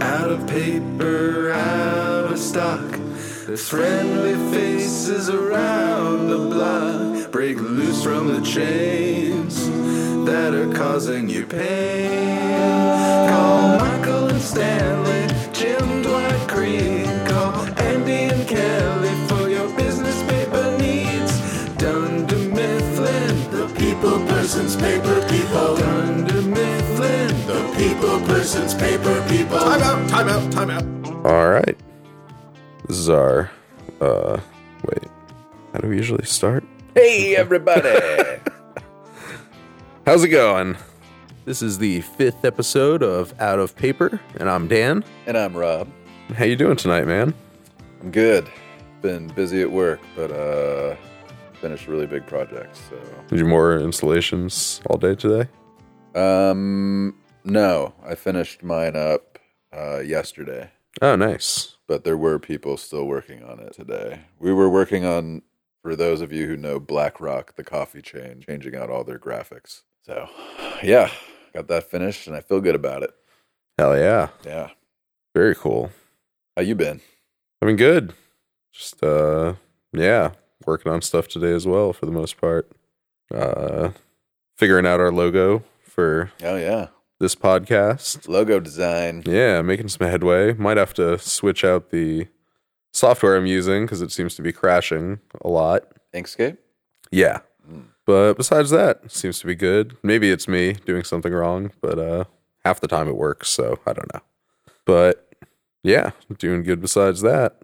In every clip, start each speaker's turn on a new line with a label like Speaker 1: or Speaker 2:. Speaker 1: out of paper, out of stock. There's friendly faces around the block. Break loose from the chains that are causing you pain. Call Michael and Stanley, Jim Dwight Creek. Call Andy and Kelly for your business paper needs. Dunder Mifflin, the people person's paper people. Dunder Mifflin, the people person's paper people.
Speaker 2: Time out, time out, time out.
Speaker 3: All right. This is our. Uh, wait. How do we usually start?
Speaker 4: Hey, everybody!
Speaker 3: How's it going? This is the fifth episode of Out of Paper, and I'm Dan.
Speaker 4: and I'm Rob.
Speaker 3: How you doing tonight, man?
Speaker 4: I'm good. Been busy at work, but uh, finished a really big project. So,
Speaker 3: Did you more installations all day today?
Speaker 4: um, no, I finished mine up uh, yesterday,
Speaker 3: Oh, nice.
Speaker 4: but there were people still working on it today. We were working on, for those of you who know BlackRock, the coffee chain, changing out all their graphics. So, yeah, got that finished, and I feel good about it.
Speaker 3: Hell yeah.
Speaker 4: Yeah,
Speaker 3: Very cool.
Speaker 4: how you been?
Speaker 3: I've been good. Just uh, yeah, working on stuff today as well for the most part. Uh, figuring out our logo for
Speaker 4: Oh yeah,
Speaker 3: this podcast.
Speaker 4: logo design.
Speaker 3: Yeah, making some headway. Might have to switch out the software I'm using because it seems to be crashing a lot.
Speaker 4: Inkscape.
Speaker 3: Yeah.
Speaker 4: Mm.
Speaker 3: But besides that, it seems to be good. Maybe it's me doing something wrong, but uh half the time it works, so I don't know. But yeah, doing good besides that.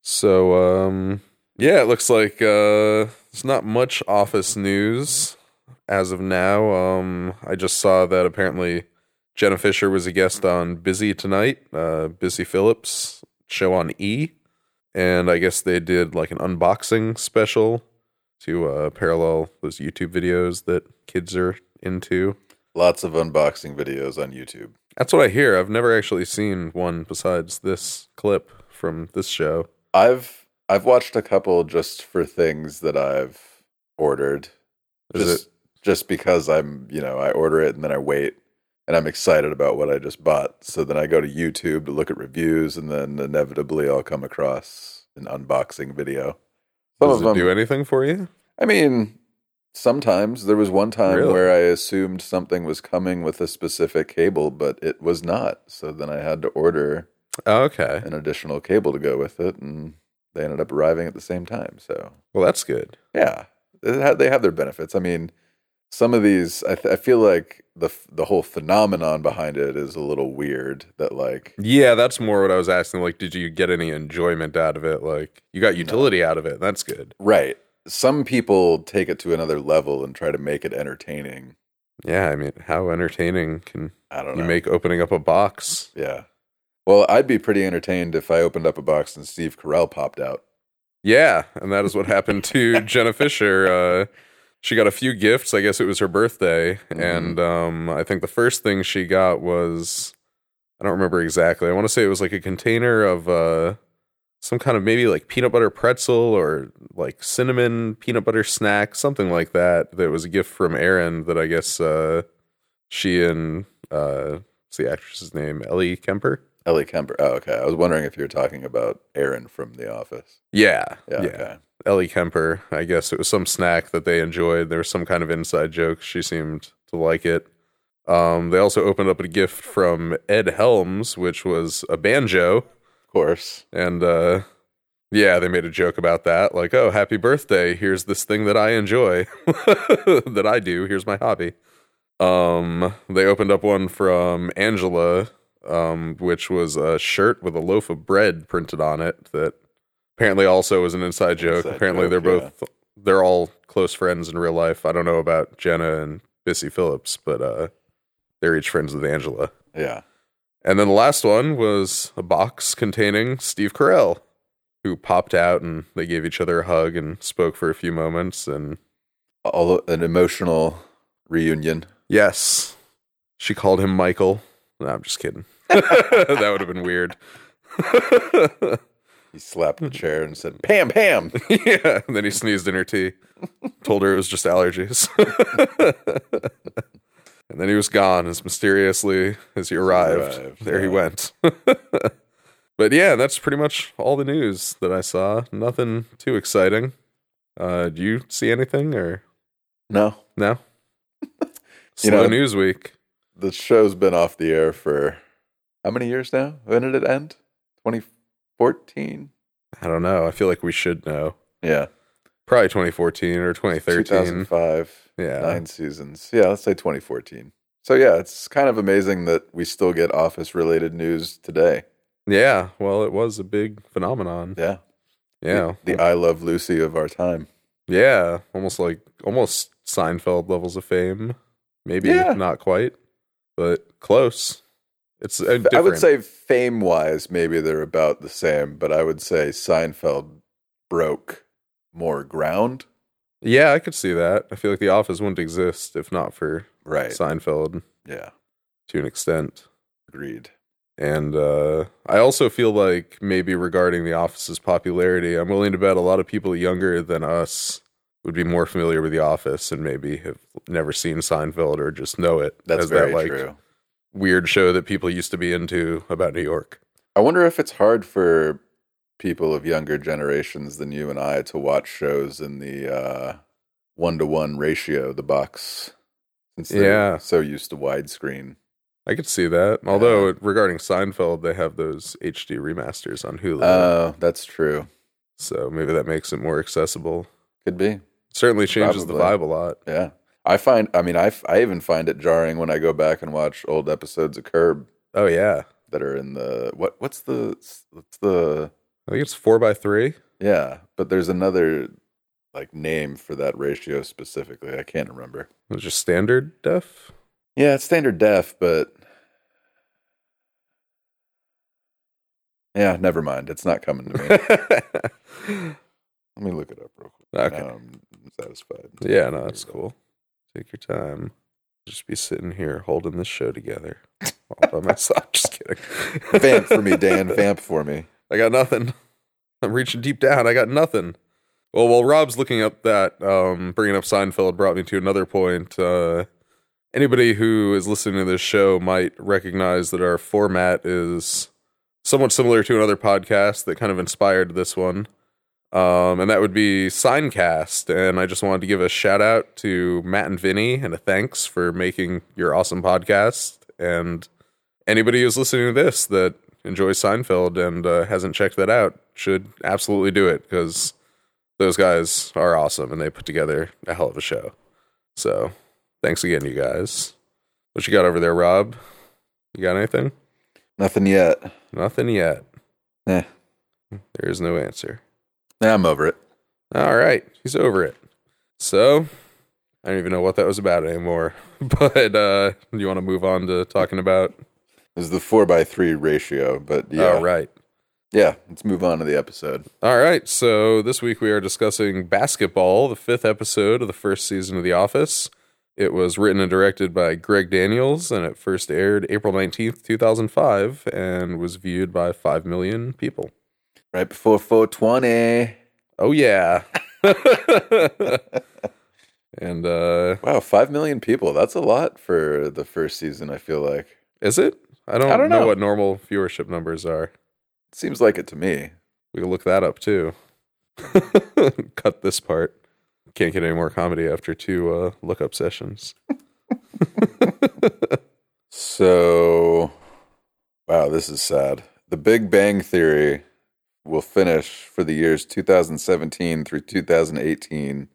Speaker 3: So um yeah, it looks like uh it's not much office news as of now. Um I just saw that apparently Jenna Fisher was a guest on Busy Tonight, uh Busy Phillips show on E. And I guess they did like an unboxing special to uh, parallel those YouTube videos that kids are into.
Speaker 4: Lots of unboxing videos on YouTube.
Speaker 3: That's what I hear. I've never actually seen one besides this clip from this show.
Speaker 4: I've I've watched a couple just for things that I've ordered.
Speaker 3: Is
Speaker 4: just just because I'm, you know, I order it and then I wait and I'm excited about what I just bought. So then I go to YouTube to look at reviews and then inevitably I'll come across an unboxing video.
Speaker 3: it
Speaker 4: Some
Speaker 3: does
Speaker 4: of them
Speaker 3: it do anything for you?
Speaker 4: I mean, sometimes there was one time
Speaker 3: Really?
Speaker 4: where I assumed something was coming with a specific cable, but it was not. So then I had to order
Speaker 3: Oh, okay.
Speaker 4: an additional cable to go with it and they ended up arriving at the same time. So
Speaker 3: Well, that's good.
Speaker 4: yeah, they have, they have their benefits. I mean, some of these, I, th- I feel like the f- the whole phenomenon behind it is a little weird. That like,
Speaker 3: Yeah, that's more what I was asking. Like, did you get any enjoyment out of it? Like, you got utility out of it. That's good.
Speaker 4: right? Some people take it to another level and try to make it entertaining.
Speaker 3: Yeah, I mean, how entertaining can
Speaker 4: I don't
Speaker 3: you
Speaker 4: know.
Speaker 3: make opening up a box?
Speaker 4: yeah. Well, I'd be pretty entertained if I opened up a box and Steve Carell popped out.
Speaker 3: Yeah, and that is what happened to Jenna Fisher. Uh, she got a few gifts. I guess it was her birthday,
Speaker 4: Mhm.
Speaker 3: and um, I think the first thing she got was I don't remember exactly. I want to say it was like a container of uh, some kind of maybe like peanut butter pretzel or like cinnamon peanut butter snack, something like that. That was a gift from Erin that I guess uh, she and uh, what's the actress's name Ellie Kemper.
Speaker 4: Ellie Kemper. Oh, okay. I was wondering if you were talking about Aaron from The Office.
Speaker 3: Yeah,
Speaker 4: Yeah. Okay.
Speaker 3: Ellie Kemper. I guess it was some snack that they enjoyed. There was some kind of inside joke. She seemed to like it. Um, they also opened up a gift from Ed Helms, which was a banjo.
Speaker 4: Of course.
Speaker 3: And uh, yeah, they made a joke about that. Like, oh, happy birthday. Here's this thing that I enjoy, that I do. Here's my hobby. Um, they opened up one from Angela, um, which was a shirt with a loaf of bread printed on it that apparently also was an inside joke.
Speaker 4: Inside
Speaker 3: apparently,
Speaker 4: joke,
Speaker 3: they're
Speaker 4: yeah.
Speaker 3: both, they're all close friends in real life. I don't know about Jenna and Bissy Phillips, but uh, they're each friends with Angela.
Speaker 4: Yeah.
Speaker 3: And then the last one was a box containing Steve Carell, who popped out and they gave each other a hug and spoke for a few moments. And
Speaker 4: All an emotional reunion.
Speaker 3: yes, she called him Michael. No, I'm just kidding. that would have been weird.
Speaker 4: He slapped the chair and said, "Pam, Pam."
Speaker 3: yeah. And then he sneezed in her tea, told her it was just allergies. And then he was gone as mysteriously as he arrived.
Speaker 4: arrived,
Speaker 3: there he
Speaker 4: yeah.
Speaker 3: went. but yeah, that's pretty much all the news that I saw. Nothing too exciting. Uh, do you see anything or
Speaker 4: No,
Speaker 3: no?
Speaker 4: You
Speaker 3: Slow
Speaker 4: know-
Speaker 3: news week.
Speaker 4: the show's been off the air for how many years now? When did it end? 2014?
Speaker 3: I don't know. I feel like we should know.
Speaker 4: Yeah.
Speaker 3: Probably 2014 or 2013.
Speaker 4: 2005.
Speaker 3: Yeah.
Speaker 4: Nine seasons. Yeah, let's say 2014. So, yeah, it's kind of amazing that we still get office related news today.
Speaker 3: Yeah. Well, it was a big phenomenon.
Speaker 4: Yeah.
Speaker 3: Yeah.
Speaker 4: The, the I Love Lucy of our time.
Speaker 3: Yeah, almost like almost Seinfeld levels of fame. Maybe
Speaker 4: Yeah.
Speaker 3: not quite, but close. It's a different.
Speaker 4: I would say fame wise, maybe they're about the same, but I would say Seinfeld broke more ground.
Speaker 3: yeah, I could see that. I feel like The Office wouldn't exist if not for
Speaker 4: Right.
Speaker 3: Seinfeld
Speaker 4: yeah.
Speaker 3: to an extent.
Speaker 4: Agreed.
Speaker 3: And uh, I also feel like maybe regarding The Office's popularity, I'm willing to bet a lot of people younger than us would be more familiar with The Office and maybe have never seen Seinfeld or just know it
Speaker 4: That's
Speaker 3: as
Speaker 4: very
Speaker 3: that like
Speaker 4: true.
Speaker 3: weird show that people used to be into about New York.
Speaker 4: I wonder if it's hard for people of younger generations than you and I to watch shows in the one to one ratio, the box, since they're
Speaker 3: Yeah.
Speaker 4: so used to widescreen.
Speaker 3: I could see that. Although regarding Seinfeld, they have those HD remasters on Hulu,
Speaker 4: Oh, that's true.
Speaker 3: so maybe that makes it more accessible.
Speaker 4: Could be.
Speaker 3: certainly changes the vibe
Speaker 4: Probably.
Speaker 3: a lot.
Speaker 4: Yeah. I find, I mean, I, f- I even find it jarring when I go back and watch old episodes of Curb
Speaker 3: Oh yeah,
Speaker 4: that are in the, what, what's the, what's the,
Speaker 3: I think it's four by three.
Speaker 4: yeah, but there's another like name for that ratio specifically. I can't remember.
Speaker 3: It's just standard def.
Speaker 4: Yeah, it's standard def, but yeah, never mind. It's not coming to me. Let
Speaker 3: okay.
Speaker 4: me look it up real quick. Now I'm satisfied.
Speaker 3: Yeah, no, that's cool. Take your time. Just be sitting here holding this show together all by myself. Just kidding.
Speaker 4: Vamp for me, Dan. Vamp for me.
Speaker 3: I got nothing. I'm reaching deep down. I got nothing. Well, while Rob's looking up that, um, bringing up Seinfeld brought me to another point. Uh, anybody who is listening to this show might recognize that our format is somewhat similar to another podcast that kind of inspired this one. Um, and that would be Signcast. And I just wanted to give a shout out to Matt and Vinny and a thanks for making your awesome podcast. And anybody who's listening to this that enjoys Seinfeld and uh, hasn't checked that out should absolutely do it because those guys are awesome and they put together a hell of a show. So thanks again, you guys. What you got over there, Rob? You got anything?
Speaker 4: Nothing yet.
Speaker 3: Nothing yet.
Speaker 4: Eh,
Speaker 3: There is no answer.
Speaker 4: nah, I'm over it.
Speaker 3: All right, he's over it. So I don't even know what that was about anymore. But uh, you want to move on to talking about?
Speaker 4: It was the four by three ratio, but yeah,
Speaker 3: All Oh, right.
Speaker 4: yeah. Let's move on to the episode.
Speaker 3: All right, so this week we are discussing Basketball, the fifth episode of the first season of The Office. It was written and directed by Greg Daniels, and it first aired April 19th, 2005, and was viewed by 5 million people.
Speaker 4: Right before 420.
Speaker 3: Oh, yeah. and, uh,
Speaker 4: Wow, five million people. That's a lot for the first season. I feel like
Speaker 3: is it? I don't,
Speaker 4: I don't
Speaker 3: know.
Speaker 4: know.
Speaker 3: what normal viewership numbers are.
Speaker 4: seems like it to me.
Speaker 3: We can look that up, too. Cut this part. Can't get any more comedy after two uh, lookup sessions.
Speaker 4: So, wow, this is sad. The Big Bang Theory will finish for the years 2017 through 2018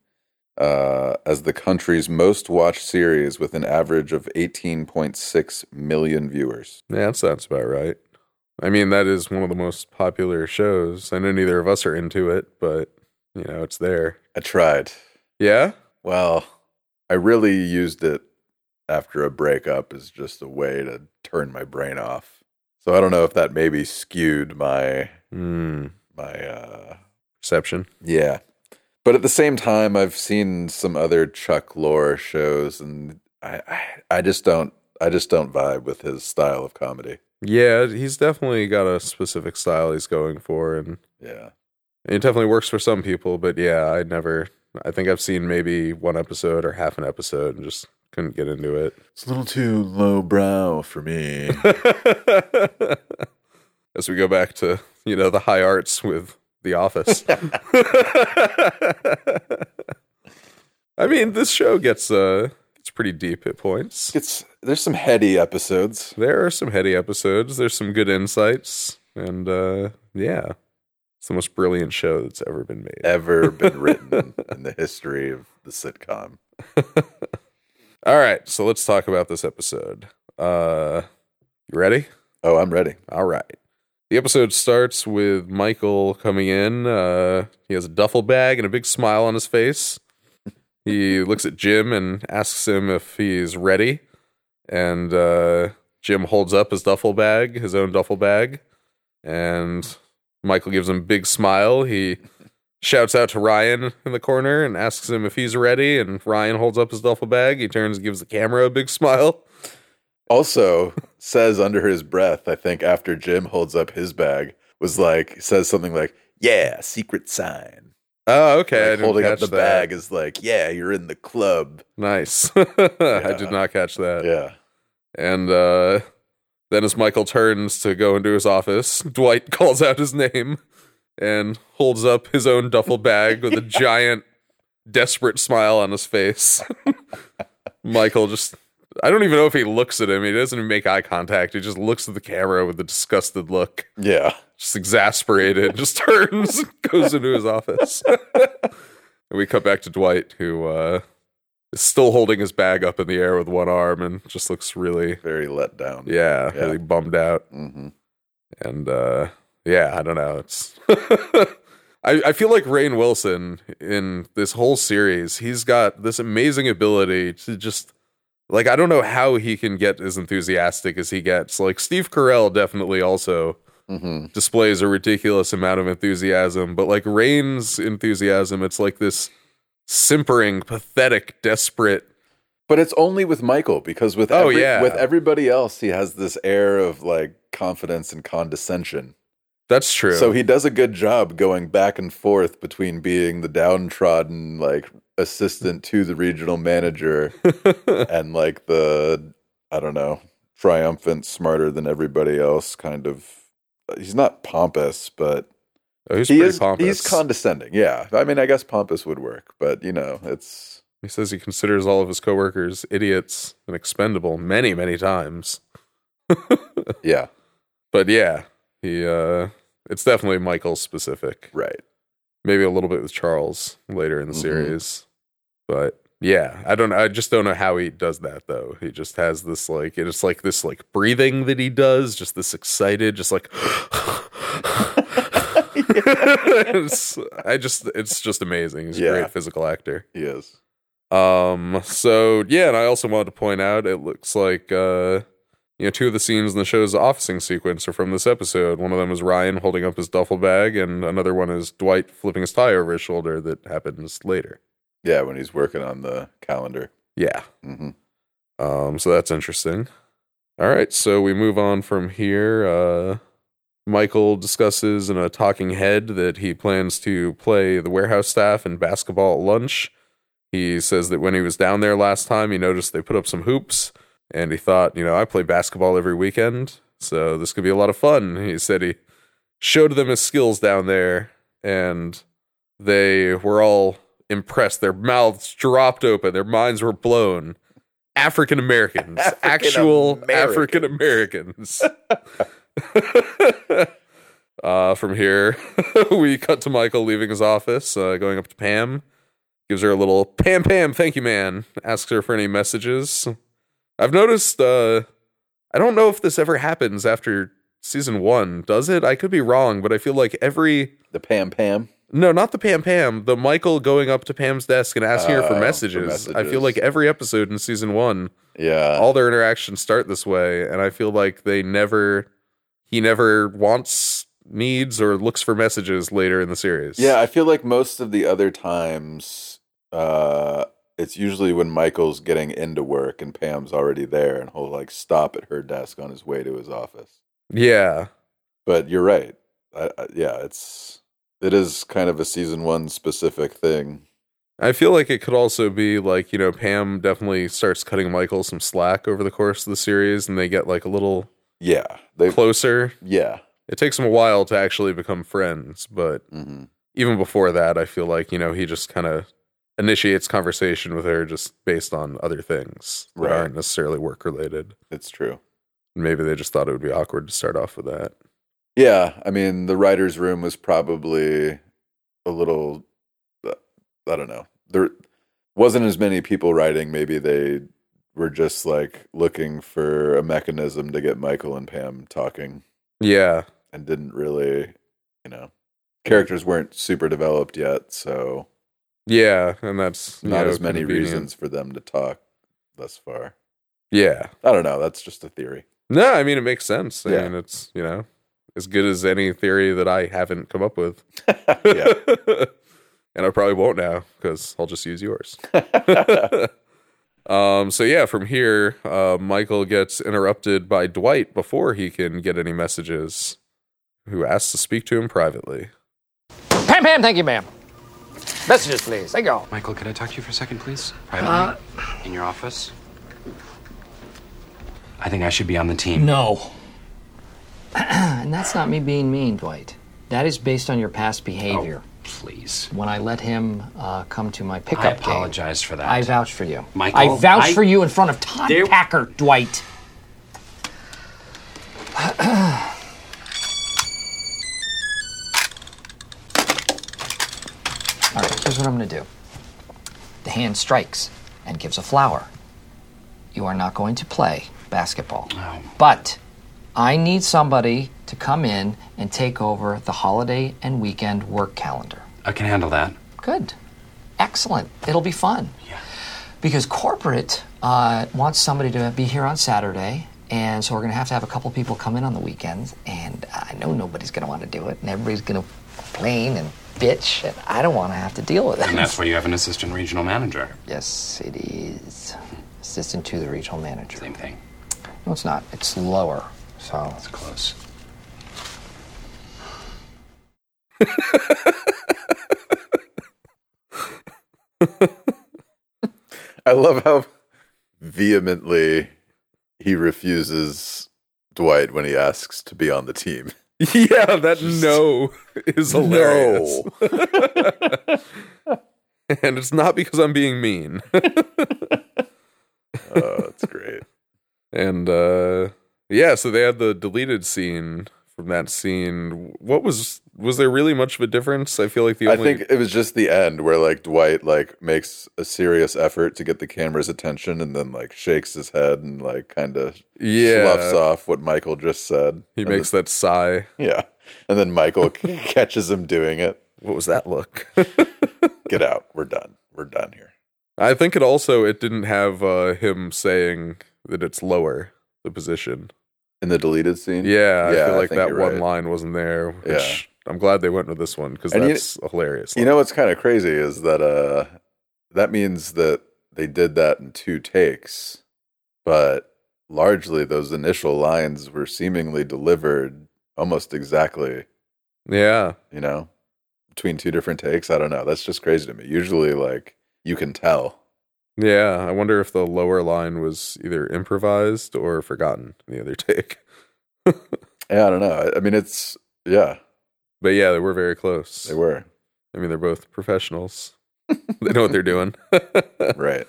Speaker 4: uh, as the country's most watched series with an average of 18.6 million viewers.
Speaker 3: Yeah, that sounds about right. I mean, that is one of the most popular shows. I know neither of us are into it, but you know, it's there.
Speaker 4: I tried.
Speaker 3: Yeah.
Speaker 4: Well, I really used it after a breakup as just a way to turn my brain off. So I don't know if that maybe skewed my
Speaker 3: Mm,
Speaker 4: my uh
Speaker 3: perception.
Speaker 4: Yeah. But at the same time, I've seen some other Chuck Lorre shows, and I, I, I just don't, I just don't vibe with his style of comedy.
Speaker 3: Yeah, he's definitely got a specific style he's going for, and
Speaker 4: Yeah,
Speaker 3: it definitely works for some people. But yeah, I never. I think I've seen maybe one episode or half an episode and just Couldn't get into it.
Speaker 4: It's a little too low brow for me.
Speaker 3: As we go back to, you know, the high arts with The Office. I mean, this show gets uh it's pretty deep at points.
Speaker 4: it's there's some heady episodes.
Speaker 3: There are some heady episodes, there's some good insights, and uh yeah. It's the most brilliant show that's ever been made.
Speaker 4: Ever been written in the history of the sitcom.
Speaker 3: All right, so let's talk about this episode. Uh you ready?
Speaker 4: Oh, I'm ready.
Speaker 3: All right. The episode starts with Michael coming in. Uh, he has a duffel bag and a big smile on his face. He looks at Jim and asks him if he's ready. And uh, Jim holds up his duffel bag, his own duffel bag. And Michael gives him a big smile. He shouts out to Ryan in the corner and asks him if he's ready. And Ryan holds up his duffel bag. He turns and gives the camera a big smile.
Speaker 4: Also says under his breath, I think after Jim holds up his bag, was like says something like, "Yeah, secret sign."
Speaker 3: Oh, okay. I
Speaker 4: Like,
Speaker 3: didn't
Speaker 4: holding up
Speaker 3: catch
Speaker 4: the
Speaker 3: that.
Speaker 4: bag is like, "Yeah, you're in the club."
Speaker 3: Nice. I
Speaker 4: Yeah.
Speaker 3: did not catch that.
Speaker 4: Yeah.
Speaker 3: And uh, then as Michael turns to go into his office, Dwight calls out his name and holds up his own duffel bag with a giant, desperate smile on his face. Michael just. I don't even know if he looks at him. He doesn't even make eye contact. He just looks at the camera with a disgusted look,
Speaker 4: Yeah.
Speaker 3: just exasperated, just turns and goes into his office. and we cut back to Dwight, who uh, is still holding his bag up in the air with one arm and just looks really
Speaker 4: Very let down.
Speaker 3: yeah,
Speaker 4: Yeah.
Speaker 3: really bummed out.
Speaker 4: hmm
Speaker 3: And uh yeah, I don't know. It's I, I feel like Rain Wilson in this whole series, he's got this amazing ability to just like I don't know how he can get as enthusiastic as he gets. Like Steve Carell definitely also
Speaker 4: hmm
Speaker 3: displays a ridiculous amount of enthusiasm, but like Rain's enthusiasm, it's like this simpering, pathetic, desperate
Speaker 4: But it's only with Michael because with
Speaker 3: Oh,
Speaker 4: every-
Speaker 3: yeah.
Speaker 4: with everybody else, he has this air of like confidence and condescension.
Speaker 3: that's true.
Speaker 4: So he does a good job going back and forth between being the downtrodden like assistant to the regional manager and like the I don't know triumphant, smarter than everybody else kind of. uh, He's not pompous, but
Speaker 3: Oh, he's
Speaker 4: he
Speaker 3: pretty
Speaker 4: is
Speaker 3: pompous.
Speaker 4: he's condescending. Yeah, I mean, I guess pompous would work, but you know, it's
Speaker 3: He says he considers all of his coworkers idiots and expendable many, many times.
Speaker 4: yeah,
Speaker 3: But yeah, he uh it's definitely Michael specific.
Speaker 4: right.
Speaker 3: Maybe a little bit with Charles later in the
Speaker 4: Mhm.
Speaker 3: series. But yeah, I don't I just don't know how he does that though. He just has this like it's like this like breathing that he does, just this excited, just like It's- I just it's just amazing. He's
Speaker 4: Yeah.
Speaker 3: a great physical actor.
Speaker 4: He is.
Speaker 3: Um. So yeah, and I also wanted to point out it looks like uh, you know, two of the scenes in the show's officing sequence are from this episode. One of them is Ryan holding up his duffel bag, and another one is Dwight flipping his tie over his shoulder. That happens later.
Speaker 4: Yeah, when he's working on the calendar.
Speaker 3: Yeah.
Speaker 4: hmm
Speaker 3: Um. So that's interesting. All right. So we move on from here. Uh, Michael discusses in a talking head that he plans to play the warehouse staff in basketball at lunch. He says that when he was down there last time, he noticed they put up some hoops and he thought, you know, I play basketball every weekend, so this could be a lot of fun. He said he showed them his skills down there and they were all impressed. Their mouths dropped open, their minds were blown. African Americans, actual African Americans. Uh, from here, we cut to Michael leaving his office, uh, going up to Pam, gives her a little Pam, Pam, thank you, man. Asks her for any messages. I've noticed, uh, I don't know if this ever happens after season one, does it? I could be wrong, but I feel like every,
Speaker 4: The Pam Pam.
Speaker 3: no, not the Pam, Pam, the Michael going up to Pam's desk and asking her
Speaker 4: Oh,
Speaker 3: for
Speaker 4: for
Speaker 3: messages. I feel
Speaker 4: messages. Uh.
Speaker 3: like every episode in season one,
Speaker 4: Yeah.
Speaker 3: all their interactions start this way and i feel like they never he never wants needs or looks for messages later in the series
Speaker 4: yeah, I feel like most of the other times, uh, it's usually when Michael's getting into work and Pam's already there, and he'll like stop at her desk on his way to his office.
Speaker 3: yeah
Speaker 4: But you're right. I, I, yeah, it's it is kind of a season one specific thing.
Speaker 3: I feel like it could also be like, you know, Pam definitely starts cutting Michael some slack over the course of the series and they get like a little
Speaker 4: Yeah, they.
Speaker 3: closer.
Speaker 4: yeah.
Speaker 3: It takes them a while to actually become friends, but
Speaker 4: hmm
Speaker 3: even before that, I feel like, you know, he just kind of initiates conversation with her just based on other things that
Speaker 4: Right.
Speaker 3: aren't necessarily work related.
Speaker 4: It's true.
Speaker 3: Maybe they just thought it would be awkward to start off with that.
Speaker 4: Yeah, I mean, the writers' room was probably a little. uh, I don't know. There wasn't as many people writing. Maybe they were just like looking for a mechanism to get Michael and Pam talking,
Speaker 3: Yeah.
Speaker 4: and didn't really, you know, characters weren't super developed yet, so
Speaker 3: Yeah. And that's you
Speaker 4: not
Speaker 3: know,
Speaker 4: as many
Speaker 3: convenient.
Speaker 4: reasons for them to talk thus far.
Speaker 3: Yeah.
Speaker 4: I don't know. That's just a theory.
Speaker 3: No, I mean, it makes sense. I
Speaker 4: Yeah.
Speaker 3: mean, it's, you know, as good as any theory that I haven't come up with.
Speaker 4: yeah.
Speaker 3: and I probably won't now because I'll just use yours. um, so yeah, from here, uh, Michael gets interrupted by Dwight before he can get any messages. Who asks to speak to him privately?
Speaker 2: Pam, Pam, thank you, ma'am. Messages, please. They go.
Speaker 5: Michael, could I talk to you for a second, please? Privately? In your office? I think I should be on the team.
Speaker 2: No. and that's not me being mean, Dwight. That is based on your past behavior.
Speaker 5: Please.
Speaker 2: When I let him uh, come to my pickup
Speaker 5: I apologize for that.
Speaker 2: game, I vouch for you.
Speaker 5: Michael,
Speaker 2: I vouch
Speaker 5: I-
Speaker 2: for you in front of Todd
Speaker 5: There-
Speaker 2: Packer, Dwight. All right, here's what I'm going to do. The hand strikes and gives a flower. You are not going to play basketball. But I need somebody to come in and take over the holiday and weekend work calendar.
Speaker 5: I can handle that.
Speaker 2: Good. Excellent. It'll be fun. Yeah. Because corporate uh, wants somebody to be here on Saturday, and so we're going to have to have a couple people come in on the weekends, and I know nobody's going to want to do it, and everybody's going to complain and bitch, and I don't want to have to deal with it.
Speaker 5: And that's why you have an assistant regional manager.
Speaker 2: Yes, it is. Assistant to the regional manager.
Speaker 5: Same thing.
Speaker 2: No, it's not. It's lower. So
Speaker 5: It's close.
Speaker 4: I love how vehemently he refuses Dwight when he asks to be on the team.
Speaker 3: Yeah, that no is hilarious, and it's not because I'm being mean.
Speaker 4: oh, that's great.
Speaker 3: And uh yeah, so they had the deleted scene from that scene. What was was there really much of a difference? I feel like the
Speaker 4: I
Speaker 3: only
Speaker 4: think it was just the end where like Dwight like makes a serious effort to get the camera's attention and then like shakes his head and like kind of
Speaker 3: Yeah.
Speaker 4: sloughs off what Michael just said.
Speaker 3: he
Speaker 4: uh, And
Speaker 3: makes that sigh.
Speaker 4: then- yeah, and then Michael catches him doing it.
Speaker 3: What was that look?
Speaker 4: Get out. We're done. We're done here.
Speaker 3: I think it also it didn't have uh him saying that it's lower the position.
Speaker 4: In the deleted scene.
Speaker 3: Yeah, I
Speaker 4: Yeah,
Speaker 3: feel
Speaker 4: I
Speaker 3: like
Speaker 4: think
Speaker 3: that
Speaker 4: you're
Speaker 3: one
Speaker 4: right.
Speaker 3: line wasn't there. Which I'm glad they went with this one because
Speaker 4: And you-
Speaker 3: that's a hilarious.
Speaker 4: You know what's kind of crazy is that uh that means that they did that in two takes, but largely those initial lines were seemingly delivered almost exactly,
Speaker 3: line. yeah,
Speaker 4: you know, between two different takes. I don't know. That's just crazy to me. Usually like you can tell.
Speaker 3: yeah. I wonder if the lower line was either improvised or forgotten in the other take.
Speaker 4: Yeah, I don't know. I, I mean it's yeah,
Speaker 3: But yeah, they were very close.
Speaker 4: they were.
Speaker 3: I mean, they're both professionals. they know what they're doing.
Speaker 4: Right.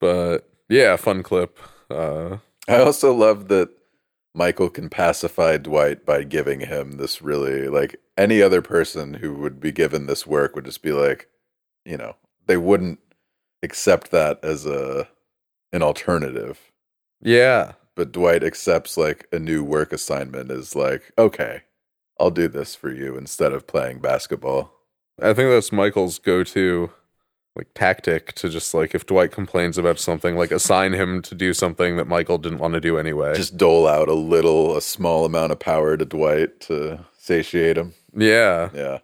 Speaker 3: but yeah, fun clip. Uh,
Speaker 4: I also love that Michael can pacify Dwight by giving him this really like any other person who would be given this work would just be like, you know, they wouldn't accept that as a an alternative.
Speaker 3: yeah,
Speaker 4: But Dwight accepts like a new work assignment is like, okay, I'll do this for you instead of playing basketball.
Speaker 3: I think that's Michael's go-to like tactic to just like if Dwight complains about something, like assign him to do something that Michael didn't want to do anyway.
Speaker 4: Just dole out a little, a small amount of power to Dwight to satiate him.
Speaker 3: yeah,
Speaker 4: Yeah.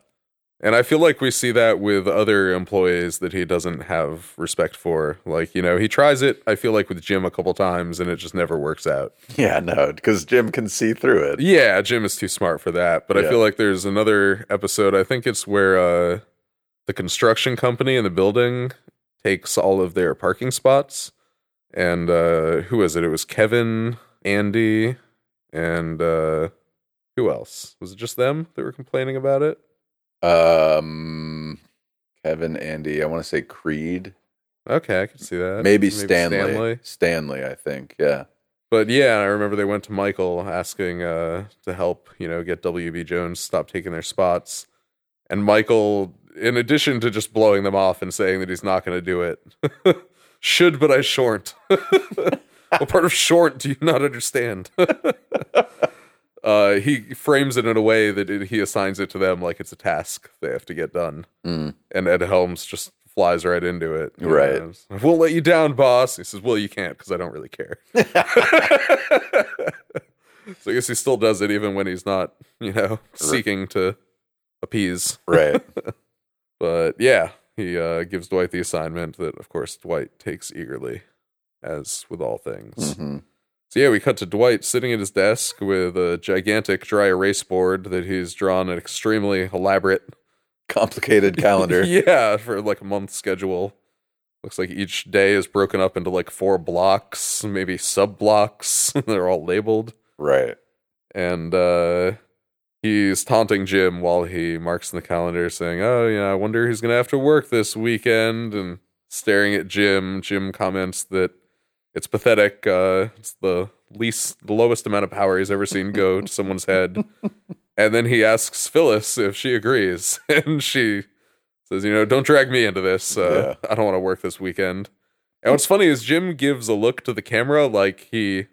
Speaker 3: and I feel like we see that with other employees that he doesn't have respect for. Like you know, he tries it. I feel like with Jim a couple times, and it just never works out.
Speaker 4: Yeah, no, because Jim can see through it.
Speaker 3: Yeah, Jim is too smart for that. But I
Speaker 4: Yeah.
Speaker 3: feel like there's another episode. I think it's where uh the construction company in the building takes all of their parking spots. And uh, who was it? It was Kevin, Andy, and uh, who else? Was it just them that were complaining about it?
Speaker 4: Um, Kevin, Andy, I want to say Creed,
Speaker 3: Okay, I can see that.
Speaker 4: maybe, Stanley. Stanley. I think. Yeah.
Speaker 3: But yeah, I remember they went to Michael asking uh, to help, you know, get WB Jones stop taking their spots. And Michael, in addition to just blowing them off and saying that he's not going to do it, should, but I short. what part of short do you not understand? uh, he frames it in a way that it, he assigns it to them like it's a task they have to get done.
Speaker 4: Mm.
Speaker 3: And Ed Helms just flies right into it. you
Speaker 4: Right.
Speaker 3: know. We'll let you down, boss. He says, Well, you can't because I don't really care. so I guess he still does it even when he's not, you know, seeking to appease.
Speaker 4: Right.
Speaker 3: But yeah, he uh, gives Dwight the assignment that, of course, Dwight takes eagerly, as with all things.
Speaker 4: Mhm.
Speaker 3: So yeah, we cut to Dwight sitting at his desk with a gigantic dry erase board that he's drawn an extremely elaborate
Speaker 4: Complicated calendar.
Speaker 3: yeah, for like a month schedule. Looks like each day is broken up into like four blocks, maybe sub blocks. They're all labeled.
Speaker 4: Right.
Speaker 3: And uh, he's taunting Jim while he marks in the calendar, saying, Oh, you know, I wonder who's going to have to work this weekend. And staring at Jim, Jim comments that it's pathetic. Uh, it's the least, the lowest amount of power he's ever seen go to someone's head. And then he asks Phyllis if she agrees, and she says, "You know, don't drag me into this. Uh, I don't want to work this weekend." And what's funny is Jim gives a look to the camera, like he,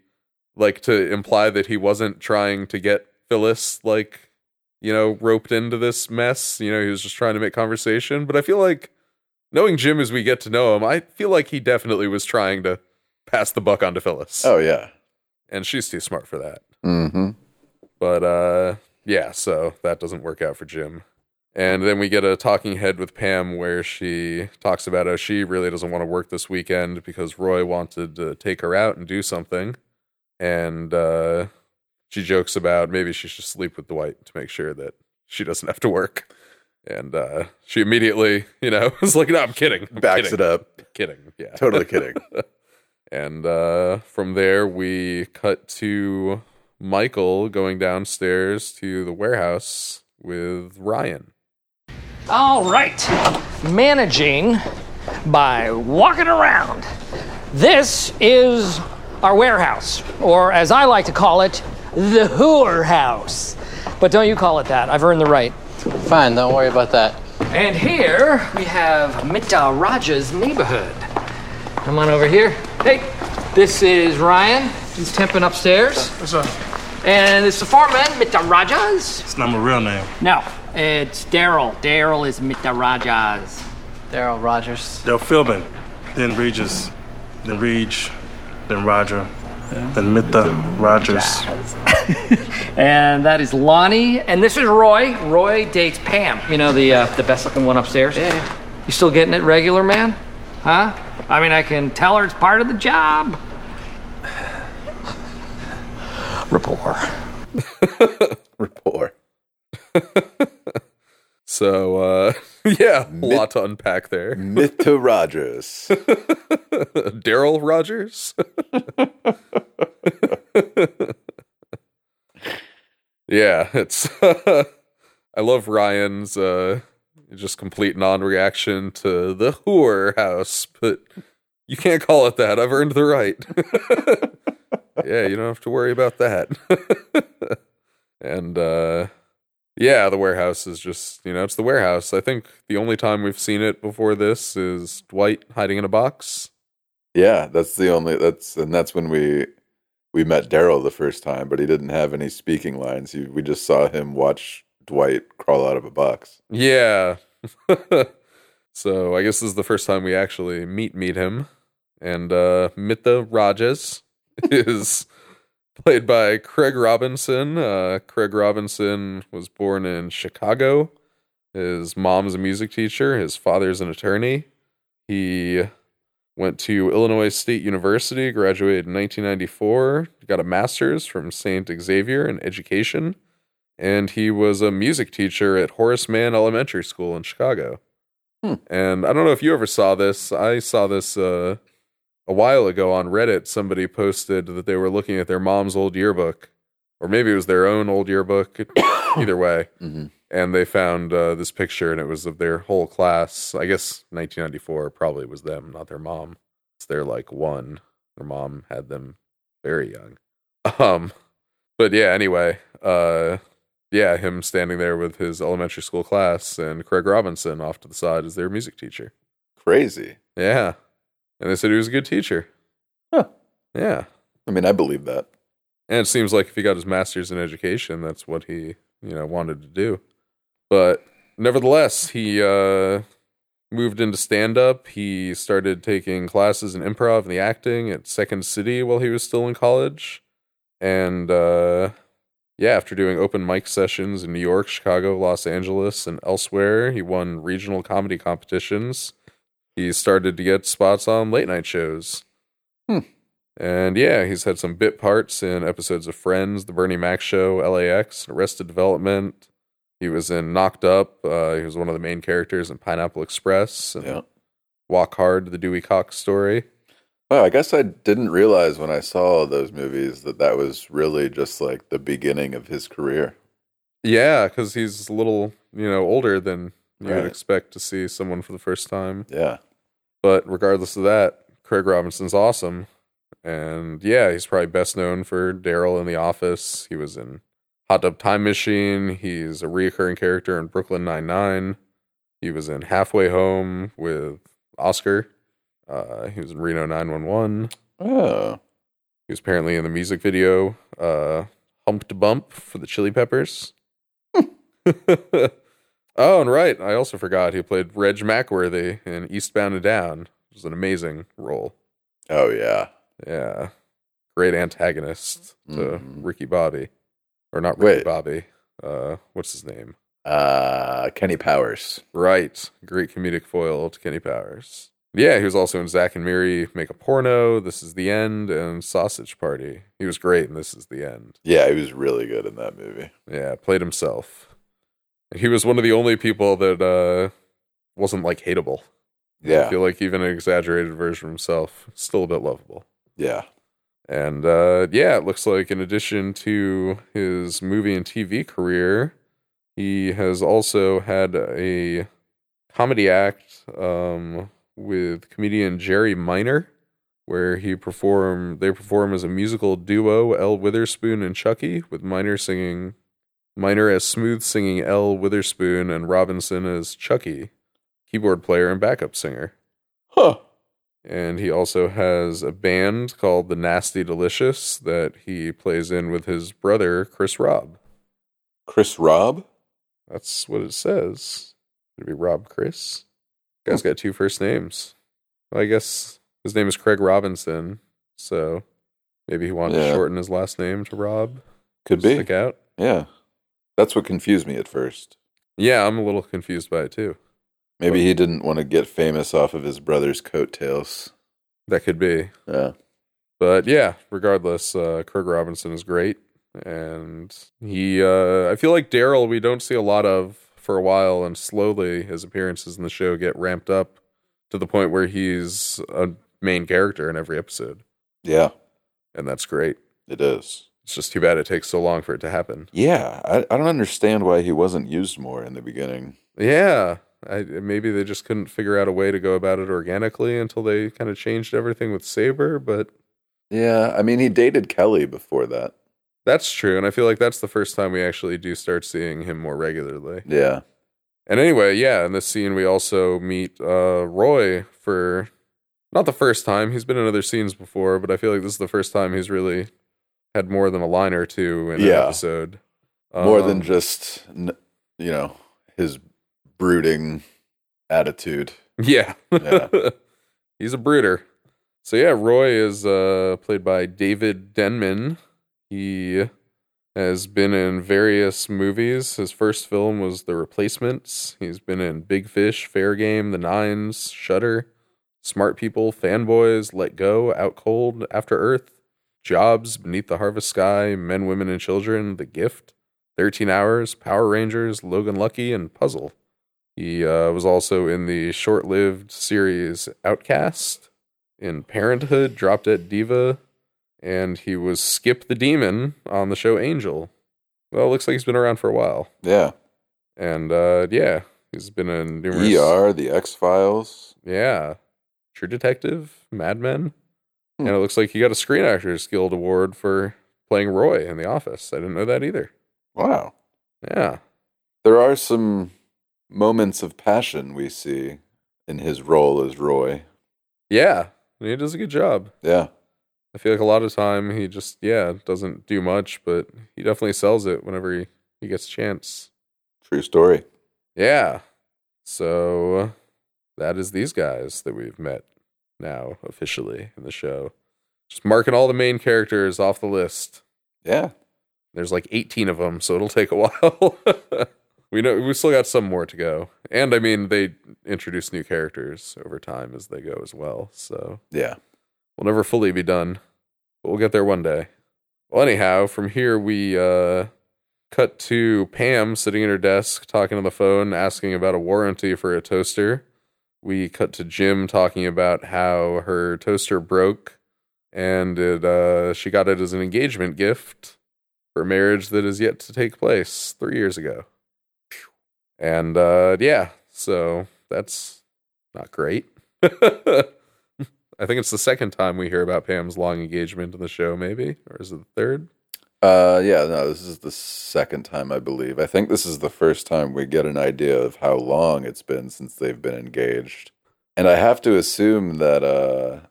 Speaker 3: like to imply that he wasn't trying to get Phyllis, like you know, roped into this mess. You know, he was just trying to make conversation. But I feel like knowing Jim as we get to know him, I feel like he definitely was trying to pass the buck on to Phyllis,
Speaker 4: Oh yeah.
Speaker 3: and she's too smart for that.
Speaker 4: Mm-hmm.
Speaker 3: But uh yeah, so that doesn't work out for Jim. And then we get a talking head with Pam where she talks about how she really doesn't want to work this weekend because Roy wanted to take her out and do something. And uh she jokes about maybe she should sleep with Dwight to make sure that she doesn't have to work. And uh she immediately, you know, is like, no, I'm kidding. I'm
Speaker 4: Backs
Speaker 3: kidding.
Speaker 4: it up.
Speaker 3: Kidding. Yeah.
Speaker 4: Totally kidding.
Speaker 3: And uh, from there, we cut to Michael going downstairs to the warehouse with Ryan.
Speaker 2: All right. Managing by walking around. This is our warehouse, or as I like to call it, the whore house. But don't you call it that. I've earned the right.
Speaker 6: Fine, don't worry about that.
Speaker 2: And here we have Mita Raja's neighborhood. Come on over here. Hey, this is Ryan. He's temping upstairs.
Speaker 7: What's up?
Speaker 2: And it's the foreman, Mita Raja's.
Speaker 7: It's not my real name.
Speaker 8: No, it's Daryl. Daryl is Mr. Rogers.
Speaker 6: Daryl Rogers.
Speaker 7: Del Philbin, then Regis, then Reg, then Roger, then Mitha Rogers.
Speaker 8: And that is Lonnie. And this is Roy. Roy dates Pam. You know the uh, the best looking one upstairs. Yeah. You still getting it regular, man? Huh? I mean, I can tell her it's part of the job.
Speaker 2: Rapport.
Speaker 4: Rapport.
Speaker 3: So, uh, yeah, a lot to unpack there.
Speaker 4: Mita Rogers.
Speaker 3: Daryl Rogers. yeah, it's. I love Ryan's uh, just complete non reaction to the whore house, but you can't call it that. I've earned the right. yeah, you don't have to worry about that. and uh, yeah, the warehouse is just, you know, it's the warehouse. I think the only time we've seen it before this is Dwight hiding in a box.
Speaker 4: Yeah, that's the only that's and that's when we we met Daryl the first time, but he didn't have any speaking lines. He, we just saw him watch Dwight crawl out of a box.
Speaker 3: Yeah. so I guess this is the first time we actually meet meet him. And uh Mitha Rajas is played by Craig Robinson. Uh Craig Robinson was born in Chicago. His mom's a music teacher, his father's an attorney. He went to Illinois State University, graduated in 1994, got a master's from St. Xavier in education and he was a music teacher at Horace Mann Elementary School in Chicago. And I don't know if you ever saw this. I saw this uh, a while ago on Reddit. Somebody posted that they were looking at their mom's old yearbook, or maybe it was their own old yearbook. either way, and they found uh, this picture, and it was of their whole class. I guess 1994 probably was them, not their mom. It's their like one. Their mom had them very young. Um, but yeah. Anyway, uh, yeah, him standing there with his elementary school class and Craig Robinson off to the side as their music teacher.
Speaker 4: Crazy.
Speaker 3: Yeah. And they said he was a good teacher.
Speaker 4: Huh.
Speaker 3: Yeah.
Speaker 4: I mean, I believe that.
Speaker 3: And it seems like if he got his master's in education, that's what he, you know, wanted to do. But nevertheless, he uh moved into stand up. He started taking classes in improv and the acting at Second City while he was still in college. And uh yeah, after doing open mic sessions in New York, Chicago, Los Angeles, and elsewhere, he won regional comedy competitions. He started to get spots on late night shows. And yeah, he's had some bit parts in episodes of Friends, The Bernie Mac Show, LAX, Arrested Development. He was in Knocked Up. Uh, he was one of the main characters in Pineapple Express and
Speaker 4: Yeah.
Speaker 3: Walk Hard, The Dewey Cox Story.
Speaker 4: Wow, Oh, I guess I didn't realize when I saw those movies that that was really just like the beginning of his career.
Speaker 3: Yeah, because he's a little, you know, older than you
Speaker 4: Right.
Speaker 3: would expect to see someone for the first time.
Speaker 4: Yeah.
Speaker 3: But regardless of that, Craig Robinson's awesome. And yeah, he's probably best known for Daryl in The Office. He was in Hot Tub Time Machine. He's a reoccurring character in Brooklyn Nine Nine. He was in Halfway Home with Oscar. Uh, he was in Reno 911.
Speaker 4: Oh.
Speaker 3: He was apparently in the music video uh, Humped Bump for the Chili Peppers. oh, and right. I also forgot he played Reg Mackworthy in Eastbound and Down. It was an amazing role.
Speaker 4: Oh yeah.
Speaker 3: Yeah. Great antagonist to
Speaker 4: Mhm.
Speaker 3: Ricky Bobby. Or not Ricky
Speaker 4: Wait.
Speaker 3: Bobby. Uh, what's his name?
Speaker 4: Uh Kenny Powers.
Speaker 3: Right. Great comedic foil to Kenny Powers. Yeah, he was also in Zack and Miri Make a Porno, This Is the End, and Sausage Party. He was great in This Is the End.
Speaker 4: Yeah, he was really good in that movie.
Speaker 3: Yeah, played himself. And he was one of the only people that uh, wasn't like hateable. I
Speaker 4: Yeah.
Speaker 3: feel like even an exaggerated version of himself, still a bit lovable.
Speaker 4: Yeah.
Speaker 3: And uh, yeah, it looks like in addition to his movie and TV career, he has also had a comedy act um, with comedian Jerry Minor, where he perform they perform as a musical duo, Elle Witherspoon and Chucky, with Minor singing Minor as smooth singing Elle Witherspoon and Robinson as Chucky, keyboard player and backup singer
Speaker 4: Huh.
Speaker 3: and he also has a band called the Nasty Delicious that he plays in with his brother Chris Robb.
Speaker 4: Chris Robb?
Speaker 3: That's what it says. It'd be Rob Chris. Guy's
Speaker 4: Hmm.
Speaker 3: got two first names. Well, I guess his name is Craig Robinson, so maybe he wanted to
Speaker 4: Yeah.
Speaker 3: shorten his last name to Rob.
Speaker 4: Could
Speaker 3: to
Speaker 4: be.
Speaker 3: Stick out.
Speaker 4: Yeah. That's what confused me at first.
Speaker 3: Yeah, I'm a little confused by it too.
Speaker 4: Maybe he didn't want to get famous off of his brother's coattails.
Speaker 3: That could be.
Speaker 4: Yeah.
Speaker 3: But yeah, regardless, uh, Kirk Robinson is great, and he. Uh, I feel like Daryl we don't see a lot of for a while, and slowly his appearances in the show get ramped up to the point where he's a main character in every episode,
Speaker 4: Yeah,
Speaker 3: and that's great.
Speaker 4: it is.
Speaker 3: It's just too bad it takes so long for it to happen.
Speaker 4: Yeah, I, I don't understand why he wasn't used more in the beginning.
Speaker 3: Yeah, I, maybe they just couldn't figure out a way to go about it organically until they kind of changed everything with Saber, but
Speaker 4: Yeah, I mean, he dated Kelly before that.
Speaker 3: that's true, and I feel like that's the first time we actually do start seeing him more regularly.
Speaker 4: Yeah.
Speaker 3: And anyway, yeah, in this scene we also meet uh, Roy for not the first time. He's been in other scenes before, but I feel like this is the first time he's really had more than a line or two in an
Speaker 4: Yeah.
Speaker 3: episode.
Speaker 4: More than
Speaker 3: Um,
Speaker 4: just, n- you know, his brooding attitude.
Speaker 3: yeah,
Speaker 4: Yeah.
Speaker 3: he's a brooder. So yeah, Roy is uh, played by David Denman. He has been in various movies. His first film was The Replacements. He's been in Big Fish, Fair Game, The Nines, Shutter, Smart People, Fanboys, Let Go, Out Cold, After Earth, Jobs, Beneath the Harvest Sky, Men, Women, and Children, The Gift, 13 Hours, Power Rangers, Logan Lucky, and Puzzle. He uh, was also in the short lived series Outcast, in Parenthood, Drop Dead Diva, and he was Skip the Demon on the show Angel. Well, looks like he's been around for a while.
Speaker 4: Yeah.
Speaker 3: And uh, yeah, he's been in numerous.
Speaker 4: ER, The X Files.
Speaker 3: Yeah. True Detective, Mad Men. And it looks like he got a Screen Actors Guild Award for playing Roy in The Office. I didn't know that either.
Speaker 4: Wow.
Speaker 3: Yeah.
Speaker 4: There are some moments of passion we see in his role as Roy.
Speaker 3: Yeah. He does a good job.
Speaker 4: Yeah.
Speaker 3: I feel like a lot of time he just, yeah, doesn't do much, but he definitely sells it whenever he, he gets a chance.
Speaker 4: True story.
Speaker 3: Yeah. So that is these guys that we've met now officially in the show. Just marking all the main characters off the list.
Speaker 4: Yeah.
Speaker 3: There's like 18 of them, so it'll take a while. we know we still got some more to go. And I mean, they introduce new characters over time as they go as well. So
Speaker 4: Yeah.
Speaker 3: we'll never fully be done, but we'll get there one day. Well, anyhow, from here we uh, cut to Pam sitting at her desk talking on the phone, asking about a warranty for a toaster. We cut to Jim talking about how her toaster broke, and it uh, she got it as an engagement gift for a marriage that is yet to take place three years ago. And uh, yeah, so that's not great. I think it's the second time we hear about Pam's long engagement in the show, maybe, or is it the third?
Speaker 4: Uh, yeah, no, this is the second time I believe. I think this is the first time we get an idea of how long it's been since they've been engaged. And I have to assume that uh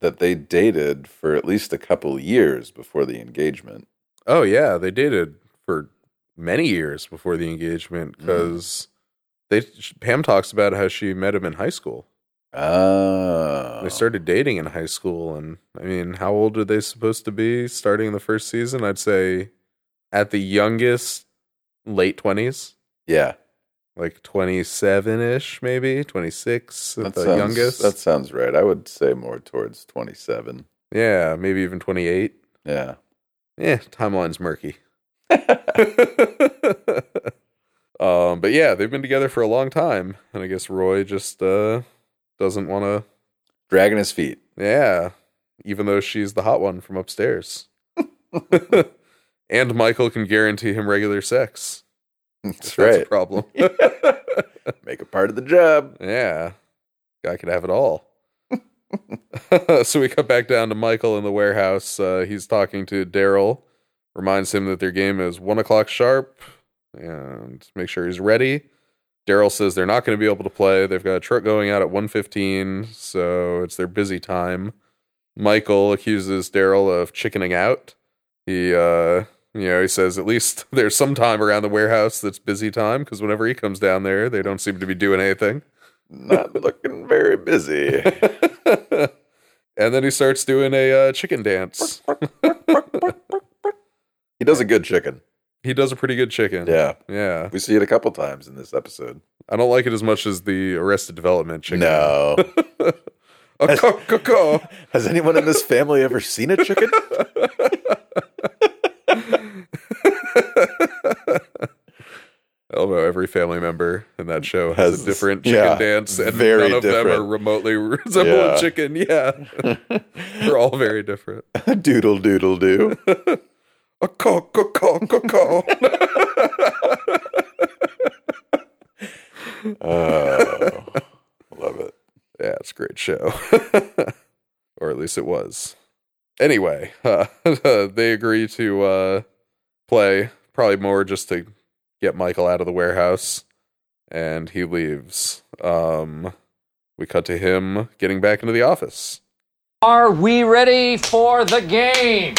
Speaker 4: that they dated for at least a couple years before the engagement.
Speaker 3: Oh yeah, they dated for many years before the engagement
Speaker 4: Mm.
Speaker 3: because they Pam talks about how she met him in high school.
Speaker 4: Ah.
Speaker 3: They started dating in high school, and I mean, how old are they supposed to be starting the first season? I'd say at the youngest, late twenties,
Speaker 4: Yeah.
Speaker 3: like twenty seven ish, maybe twenty six at
Speaker 4: That
Speaker 3: the
Speaker 4: sounds,
Speaker 3: youngest.
Speaker 4: That sounds right. I would say more towards 27.
Speaker 3: yeah, maybe even twenty eight.
Speaker 4: Yeah.
Speaker 3: Yeah, Eh, timeline's murky. um, but yeah, they've been together for a long time, and I guess Roy just uh, doesn't want to.
Speaker 4: Dragging his feet.
Speaker 3: Yeah, even though she's the hot one from upstairs, and Michael can guarantee him regular sex.
Speaker 4: That's
Speaker 3: That's a
Speaker 4: right.
Speaker 3: problem.
Speaker 4: Make a part of the job.
Speaker 3: yeah, guy could have it all. so we cut back down to Michael in the warehouse. Uh, he's talking to Daryl, reminds him that their game is one o'clock sharp, and make sure he's ready. Daryl says they're not going to be able to play. They've got a truck going out at 1:15, so it's their busy time. Michael accuses Daryl of chickening out. He, uh, you know, he says at least there's some time around the warehouse that's busy time because whenever he comes down there, they don't seem to be doing anything.
Speaker 4: Not looking very busy.
Speaker 3: and then he starts doing a uh, chicken dance.
Speaker 4: He does a good chicken.
Speaker 3: He does a pretty good chicken.
Speaker 4: Yeah.
Speaker 3: Yeah.
Speaker 4: We see it a couple times in this episode.
Speaker 3: I don't like it as much as the Arrested Development chicken. Oh,
Speaker 4: No.
Speaker 3: A co- co- co.
Speaker 4: Has anyone in this family ever seen a chicken?
Speaker 3: Although every family member in that show has,
Speaker 4: Has-
Speaker 3: a different chicken
Speaker 4: yeah,
Speaker 3: dance, and
Speaker 4: very
Speaker 3: none of them are
Speaker 4: different.
Speaker 3: remotely resembling
Speaker 4: Yeah.
Speaker 3: chicken. Yeah. They're all very different. Oh,
Speaker 4: Doodle doodle do.
Speaker 3: A co- co- co- co- co.
Speaker 4: Oh, love it.
Speaker 3: Yeah, it's a great show. or at least it was. Anyway, uh, they agree to uh, play, probably more just to get Michael out of the warehouse, and he leaves. Um, we cut to him getting back into the office.
Speaker 8: Are we ready for the game?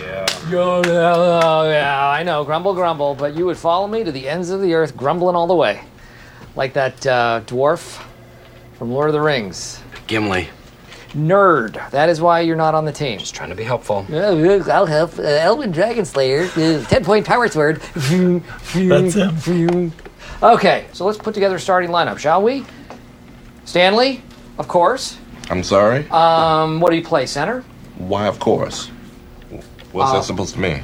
Speaker 8: Yeah. yeah, I know. Grumble, grumble, but you would follow me to the ends of the earth, grumbling all the way. Like that uh, dwarf from Lord of the Rings.
Speaker 5: Gimli.
Speaker 8: Nerd. That is why you're not on the team.
Speaker 5: Just trying to be helpful.
Speaker 8: Uh, I'll help. Uh, Elwin Dragonslayer, uh, 10 point power sword. That's him. Okay, so let's put together a starting lineup, shall we? Stanley, of course.
Speaker 9: I'm sorry?
Speaker 8: Um, what do you play? Center? Uh,
Speaker 9: Why, of course. What's that supposed to mean?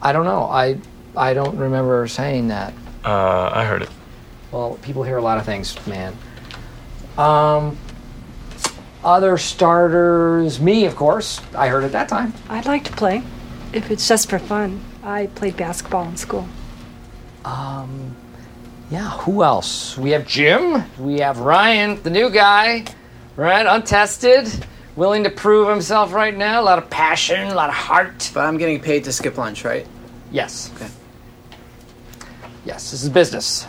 Speaker 8: I don't know. I I don't remember saying that.
Speaker 10: Uh, I heard it.
Speaker 2: Well, people hear a lot of things, man. Um, other starters, me, of course. I heard at that time.
Speaker 10: I'd like to play, if it's just for fun. I played basketball in school.
Speaker 2: Um, yeah, who else? We have Jim. We have Ryan, the new guy, right? Untested, willing to prove himself right now. A lot of passion, a lot of heart.
Speaker 11: But I'm getting paid to skip lunch, right?
Speaker 2: Yes. Okay. Yes, this is business.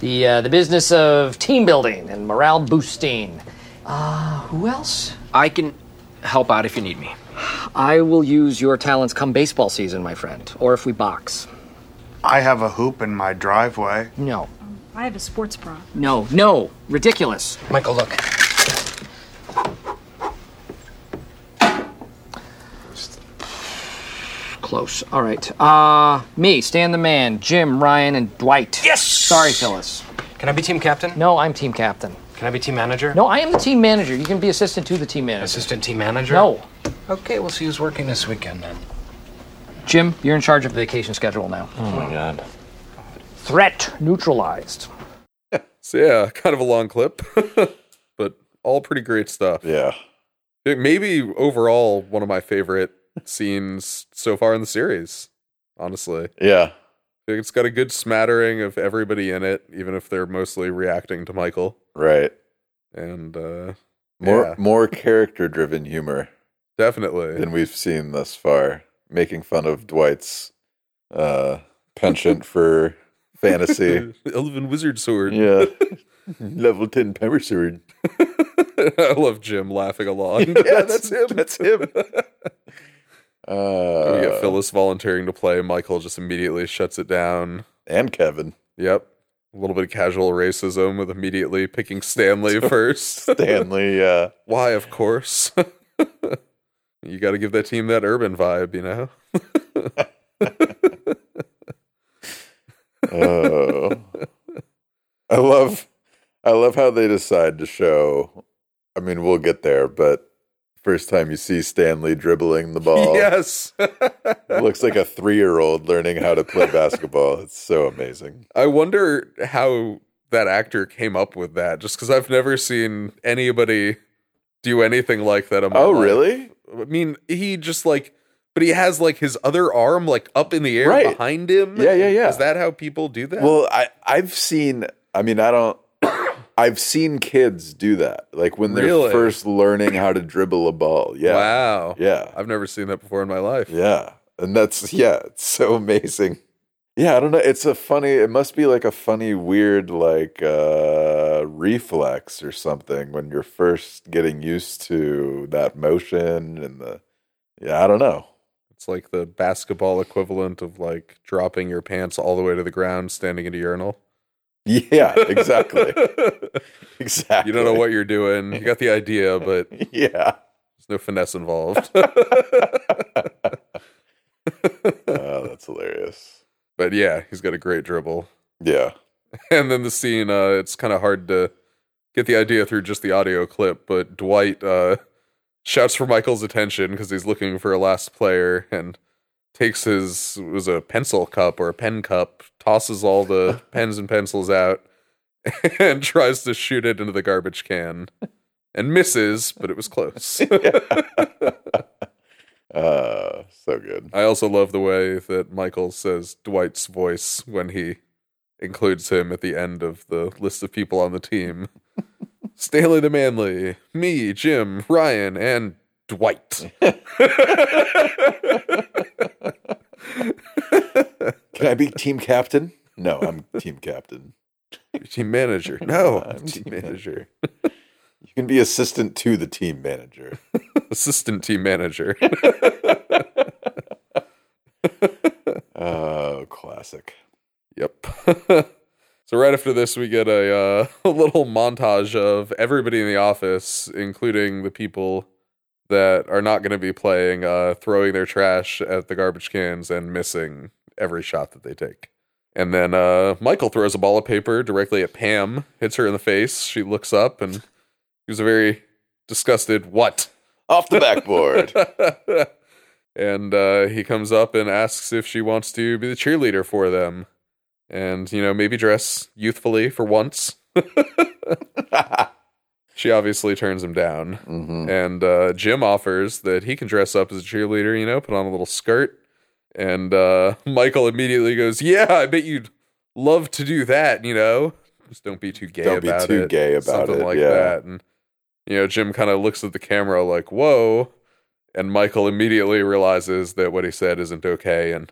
Speaker 2: The, uh, the business of team building and morale boosting. Uh, who else?
Speaker 5: I can help out if you need me.
Speaker 2: I will use your talents come baseball season, my friend, or if we box.
Speaker 12: I have a hoop in my driveway.
Speaker 2: No.
Speaker 10: I have a sports bra.
Speaker 2: No, no. Ridiculous.
Speaker 5: Michael, look.
Speaker 2: Close. All right. Uh, me, Stan the Man, Jim, Ryan, and Dwight.
Speaker 5: Yes!
Speaker 2: Sorry, Phyllis.
Speaker 5: Can I be team captain?
Speaker 2: No, I'm team captain.
Speaker 5: Can I be team manager?
Speaker 2: No, I am the team manager. You can be assistant to the team manager.
Speaker 5: Assistant team manager?
Speaker 2: No.
Speaker 5: Okay, we'll see who's working this weekend then.
Speaker 2: Jim, you're in charge of the vacation schedule now.
Speaker 5: Oh my god.
Speaker 2: Threat neutralized.
Speaker 3: So yeah, kind of a long clip, but all pretty great stuff.
Speaker 4: Yeah.
Speaker 3: It may be overall one of my favorite scenes so far in the series. Honestly,
Speaker 4: Yeah.
Speaker 3: it's got a good smattering of everybody in it, even if they're mostly reacting to Michael.
Speaker 4: Right.
Speaker 3: And uh,
Speaker 4: More
Speaker 3: yeah,
Speaker 4: more character driven humor
Speaker 3: definitely,
Speaker 4: than we've seen thus far. Making fun of Dwight's uh penchant for fantasy.
Speaker 3: Elven Wizard Sword.
Speaker 4: Yeah. Level ten power sword.
Speaker 3: I love Jim laughing along.
Speaker 4: Yeah, that's him. That's him.
Speaker 3: we
Speaker 4: Uh,
Speaker 3: get Phyllis volunteering to play. Michael just immediately shuts it down.
Speaker 4: and Kevin.
Speaker 3: Yep. A little bit of casual racism with immediately picking Stanley first.
Speaker 4: Stanley, uh
Speaker 3: Why, of course. you got to give that team that urban vibe, you know?
Speaker 4: oh. I love I love how they decide to show I mean we'll get there, but first time you see Stanley dribbling the ball.
Speaker 3: Yes.
Speaker 4: It looks like a three year old learning how to play basketball. It's so amazing.
Speaker 3: I wonder how that actor came up with that just because I've never seen anybody do anything like that.
Speaker 4: Oh,
Speaker 3: In my life. I mean, he just like, but he has like his other arm like up in the air
Speaker 4: Right.
Speaker 3: behind him.
Speaker 4: Yeah, yeah, yeah.
Speaker 3: Is that how people do that?
Speaker 4: Well, I I've seen. I mean, I don't. I've seen kids do that, like when they're
Speaker 3: Really?
Speaker 4: first learning how to dribble a ball. Yeah,
Speaker 3: wow.
Speaker 4: yeah,
Speaker 3: I've never seen that before in my life.
Speaker 4: yeah, and that's yeah, it's so amazing. Yeah, I don't know. It's a funny. It must be like a funny, weird, like uh, reflex or something when you're first getting used to that motion and the. Yeah, I don't know.
Speaker 3: It's like the basketball equivalent of like dropping your pants all the way to the ground, standing in a urinal.
Speaker 4: Yeah, exactly, exactly.
Speaker 3: you don't know what you're doing. You got the idea, but there's
Speaker 4: Yeah.
Speaker 3: no finesse involved.
Speaker 4: Oh, that's hilarious.
Speaker 3: but yeah, he's got a great dribble.
Speaker 4: Yeah.
Speaker 3: And then the scene, uh, it's kind of hard to get the idea through just the audio clip, but Dwight uh, shouts for Michael's attention because he's looking for a last player and takes his it was a pencil cup or a pen cup, tosses all the pens and pencils out, and tries to shoot it into the garbage can. And misses, but it was close.
Speaker 4: Uh, so good.
Speaker 3: I also love the way that Michael says Dwight's voice when he includes him at the end of the list of people on the team. Stanley the Manly, me, Jim, Ryan, and Dwight.
Speaker 4: Can I be team captain? No, I'm team captain.
Speaker 3: team manager. No,
Speaker 4: I'm
Speaker 3: I'm team
Speaker 4: team
Speaker 3: manager.
Speaker 4: You can be assistant to the team manager.
Speaker 3: Assistant team manager.
Speaker 4: Oh, classic.
Speaker 3: Yep. so right after this, we get a, uh, a little montage of everybody in the office, including the people that are not going to be playing, uh, throwing their trash at the garbage cans and missing every shot that they take. And then uh, Michael throws a ball of paper directly at Pam, hits her in the face. She looks up and gives a very disgusted "What?"
Speaker 4: Off the backboard.
Speaker 3: and uh, he comes up and asks if she wants to be the cheerleader for them. and you know maybe dress youthfully for once. she obviously turns him down,
Speaker 4: Mm-hmm.
Speaker 3: and uh, Jim offers that he can dress up as a cheerleader. You know, put on a little skirt, and uh, Michael immediately goes, "Yeah, I bet you'd love to do that." You know, just don't be too gay
Speaker 4: Don't be
Speaker 3: about
Speaker 4: too
Speaker 3: it,
Speaker 4: gay about
Speaker 3: something
Speaker 4: it,
Speaker 3: like
Speaker 4: yeah.
Speaker 3: that. And you know, Jim kind of looks at the camera like, "Whoa." And Michael immediately realizes that what he said isn't okay and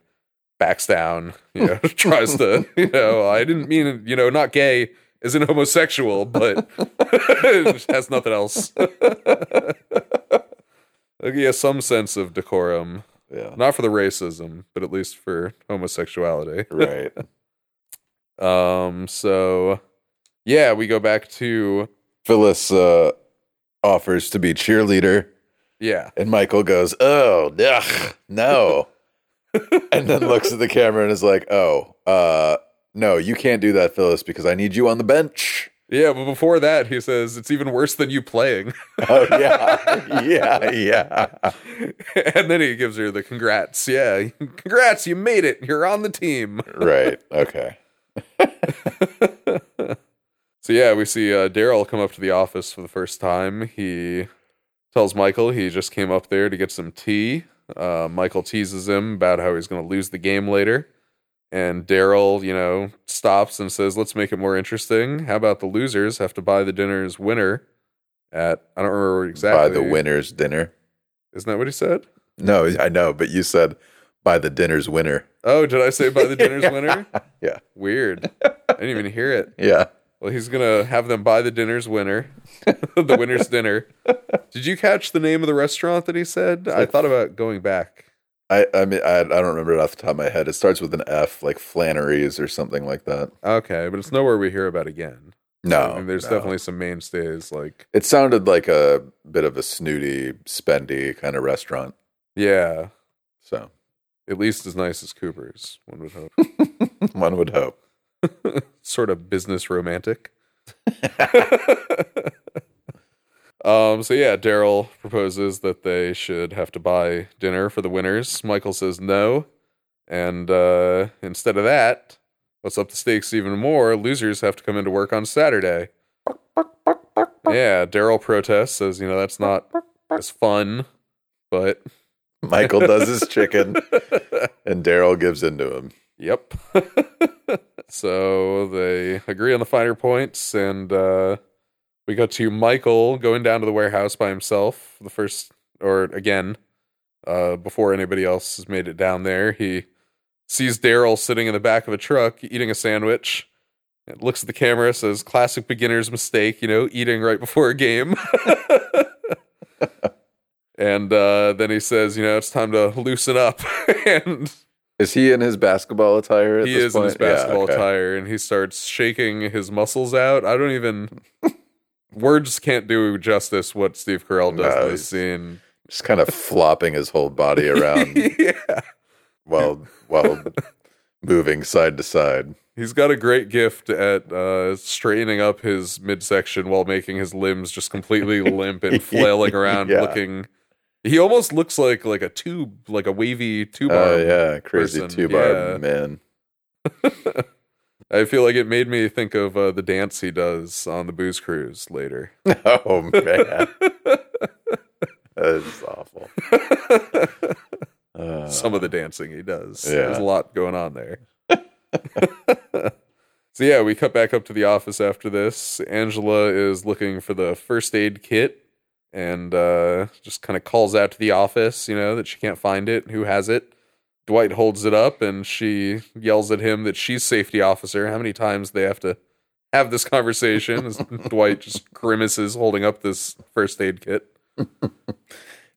Speaker 3: backs down, you know, tries to, you know, I didn't mean, you know, not gay as in homosexual, but has nothing else. Like, yeah, some sense of decorum.
Speaker 4: Yeah.
Speaker 3: Not for the racism, but at least for homosexuality.
Speaker 4: Right.
Speaker 3: um, so yeah, we go back to
Speaker 4: Phyllis uh, offers to be cheerleader,
Speaker 3: yeah.
Speaker 4: and Michael goes, "Oh, ugh, no," and then looks at the camera and is like, "Oh, uh, no, you can't do that, Phyllis, because I need you on the bench."
Speaker 3: Yeah, but before that, he says it's even worse than you playing.
Speaker 4: Oh yeah, yeah, yeah.
Speaker 3: and then he gives her the congrats. Yeah, congrats, you made it. You're on the team.
Speaker 4: Right. Okay.
Speaker 3: So yeah, we see uh, Daryl come up to the office for the first time. He tells Michael he just came up there to get some tea. Uh, Michael teases him about how he's going to lose the game later, and Daryl, you know, stops and says, "Let's make it more interesting. How about the losers have to buy the dinner's winner at I don't remember exactly
Speaker 4: By the winner's dinner.
Speaker 3: Isn't that what he said?
Speaker 4: No, I know, but you said by the dinner's winner.
Speaker 3: Oh, did I say by the dinner's winner?
Speaker 4: Yeah.
Speaker 3: Weird. I didn't even hear it.
Speaker 4: Yeah.
Speaker 3: Well, he's gonna have them buy the dinner's winner, the winner's dinner. Did you catch the name of the restaurant that he said? I thought about going back.
Speaker 4: I I mean I, I don't remember it off the top of my head. It starts with an F, like Flannery's or something like that.
Speaker 3: Okay, but it's nowhere we hear about again.
Speaker 4: No,
Speaker 3: I mean, there's
Speaker 4: no.
Speaker 3: definitely some mainstays like
Speaker 4: It sounded like a bit of a snooty, spendy kind of restaurant.
Speaker 3: yeah,
Speaker 4: So
Speaker 3: at least as nice as Cooper's. One would hope.
Speaker 4: one would hope.
Speaker 3: sort of business romantic. um, so yeah, Daryl proposes that they should have to buy dinner for the winners. Michael says no, and uh, instead of that, let's up the stakes even more. Losers have to come into work on Saturday. Yeah, Daryl protests, says you know that's not as fun, but
Speaker 4: Michael does his chicken, and Daryl gives in to him.
Speaker 3: Yep. so they agree on the finer points, and uh, we go to Michael going down to the warehouse by himself. The first, or again, uh, before anybody else has made it down there, he sees Daryl sitting in the back of a truck eating a sandwich. and looks at the camera, says, "Classic beginner's mistake, you know, eating right before a game." and uh, then he says, "You know, it's time to loosen up." and
Speaker 4: Is he in his basketball attire? At
Speaker 3: he
Speaker 4: this
Speaker 3: is
Speaker 4: point?
Speaker 3: in his basketball
Speaker 4: yeah, okay.
Speaker 3: attire and he starts shaking his muscles out i don't even words can't do justice what steve carell does
Speaker 4: No,
Speaker 3: in this scene
Speaker 4: Just kind of flopping his whole body around
Speaker 3: yeah
Speaker 4: while while moving side to side.
Speaker 3: he's got a great gift at uh straightening up his midsection while making his limbs just completely limp and flailing around
Speaker 4: Yeah.
Speaker 3: looking he almost looks like like a tube like a wavy tube
Speaker 4: Oh
Speaker 3: arm
Speaker 4: yeah, crazy
Speaker 3: person,
Speaker 4: two barb
Speaker 3: yeah.
Speaker 4: man.
Speaker 3: i feel like it made me think of uh, the dance he does on the booze cruise later
Speaker 4: Oh man, that is awful. Uh,
Speaker 3: some of the dancing he does.
Speaker 4: Yeah.
Speaker 3: There's a lot going on there. so yeah, we cut back up to the office after this. Angela is looking for the first aid kit and uh, just kind of calls out to the office, you know, that she can't find it, who has it. Dwight holds it up and she yells at him that she's safety officer. How many times they have to have this conversation as Dwight just grimaces holding up this first aid kit.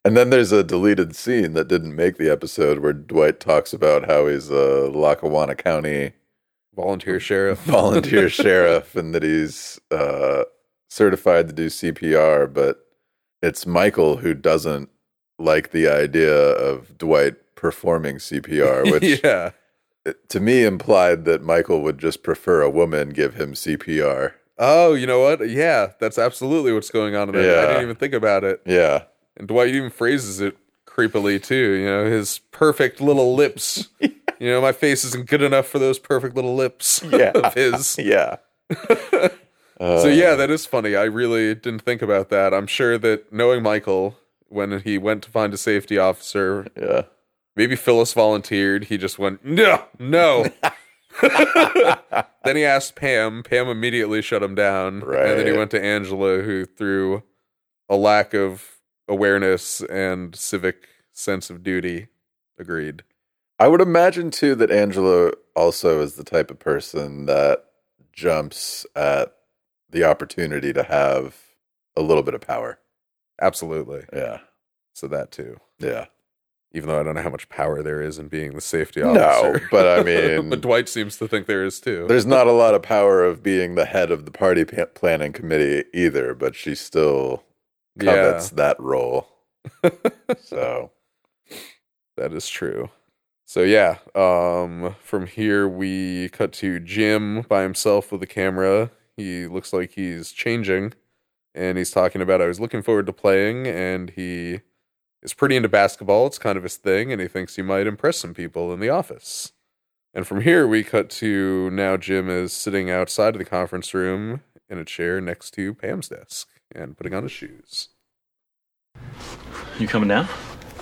Speaker 4: and then there's a deleted scene that didn't make the episode where Dwight talks about how he's a Lackawanna County
Speaker 3: Volunteer sheriff.
Speaker 4: volunteer sheriff and that he's uh, certified to do CPR, but it's Michael who doesn't like the idea of Dwight performing CPR, which
Speaker 3: yeah.
Speaker 4: to me implied that Michael would just prefer a woman give him CPR.
Speaker 3: Oh, you know what? Yeah, that's absolutely what's going on in there. I
Speaker 4: Yeah.
Speaker 3: didn't even think about it.
Speaker 4: Yeah.
Speaker 3: And Dwight even phrases it creepily too. You know, his perfect little lips. You know, my face isn't good enough for those perfect little lips yeah. of his.
Speaker 4: Yeah.
Speaker 3: so yeah, that is funny. I really didn't think about that. I'm sure that knowing Michael, when he went to find a safety officer,
Speaker 4: yeah,
Speaker 3: maybe Phyllis volunteered. He just went no, no. then he asked Pam. Pam immediately shut him down.
Speaker 4: Right.
Speaker 3: And then he went to Angela, who through a lack of awareness and civic sense of duty, agreed.
Speaker 4: I would imagine too that Angela also is the type of person that jumps at the opportunity to have a little bit of power.
Speaker 3: Absolutely.
Speaker 4: Yeah.
Speaker 3: So that too.
Speaker 4: Yeah.
Speaker 3: Even though I don't know how much power there is in being the safety
Speaker 4: No,
Speaker 3: officer.
Speaker 4: but I mean-
Speaker 3: but Dwight seems to think there is too.
Speaker 4: There's not a lot of power of being the head of the party pa- planning committee either, but she still
Speaker 3: Yeah.
Speaker 4: covets that role. so,
Speaker 3: That is true. So yeah, um from here we cut to Jim by himself with the camera. He looks like he's changing and he's talking about I was looking forward to playing and he is pretty into basketball. It's kind of his thing and he thinks he might impress some people in the office. And from here we cut to now Jim is sitting outside of the conference room in a chair next to Pam's desk and putting on his shoes.
Speaker 13: You coming down?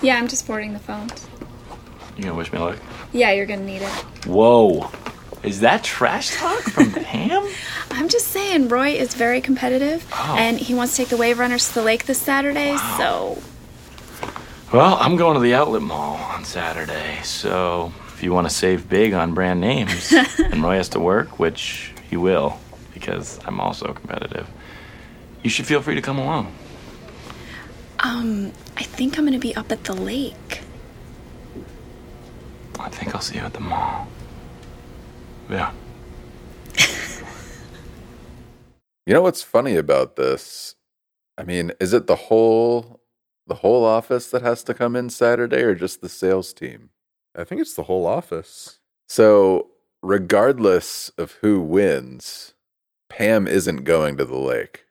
Speaker 14: Yeah, I'm just boarding the phone.
Speaker 13: You gonna wish me luck?
Speaker 14: Yeah, you're gonna need it.
Speaker 13: Whoa. Is that trash talk from Pam?
Speaker 14: I'm just saying, Roy is very competitive,
Speaker 13: Oh.
Speaker 14: and he wants to take the Wave Runners to the lake this Saturday. So,
Speaker 13: Well, I'm going to the outlet mall on Saturday, so if you want to save big on brand names and Roy has to work, which he will, because I'm also competitive, you should feel free to come along.
Speaker 14: um, I think I'm gonna be up at the lake.
Speaker 13: I think I'll see you at the mall. Yeah.
Speaker 4: you know what's funny about this? I mean, is it the whole the whole office that has to come in Saturday or just the sales team?
Speaker 3: I think it's the whole office.
Speaker 4: So, regardless of who wins, Pam isn't going to the lake.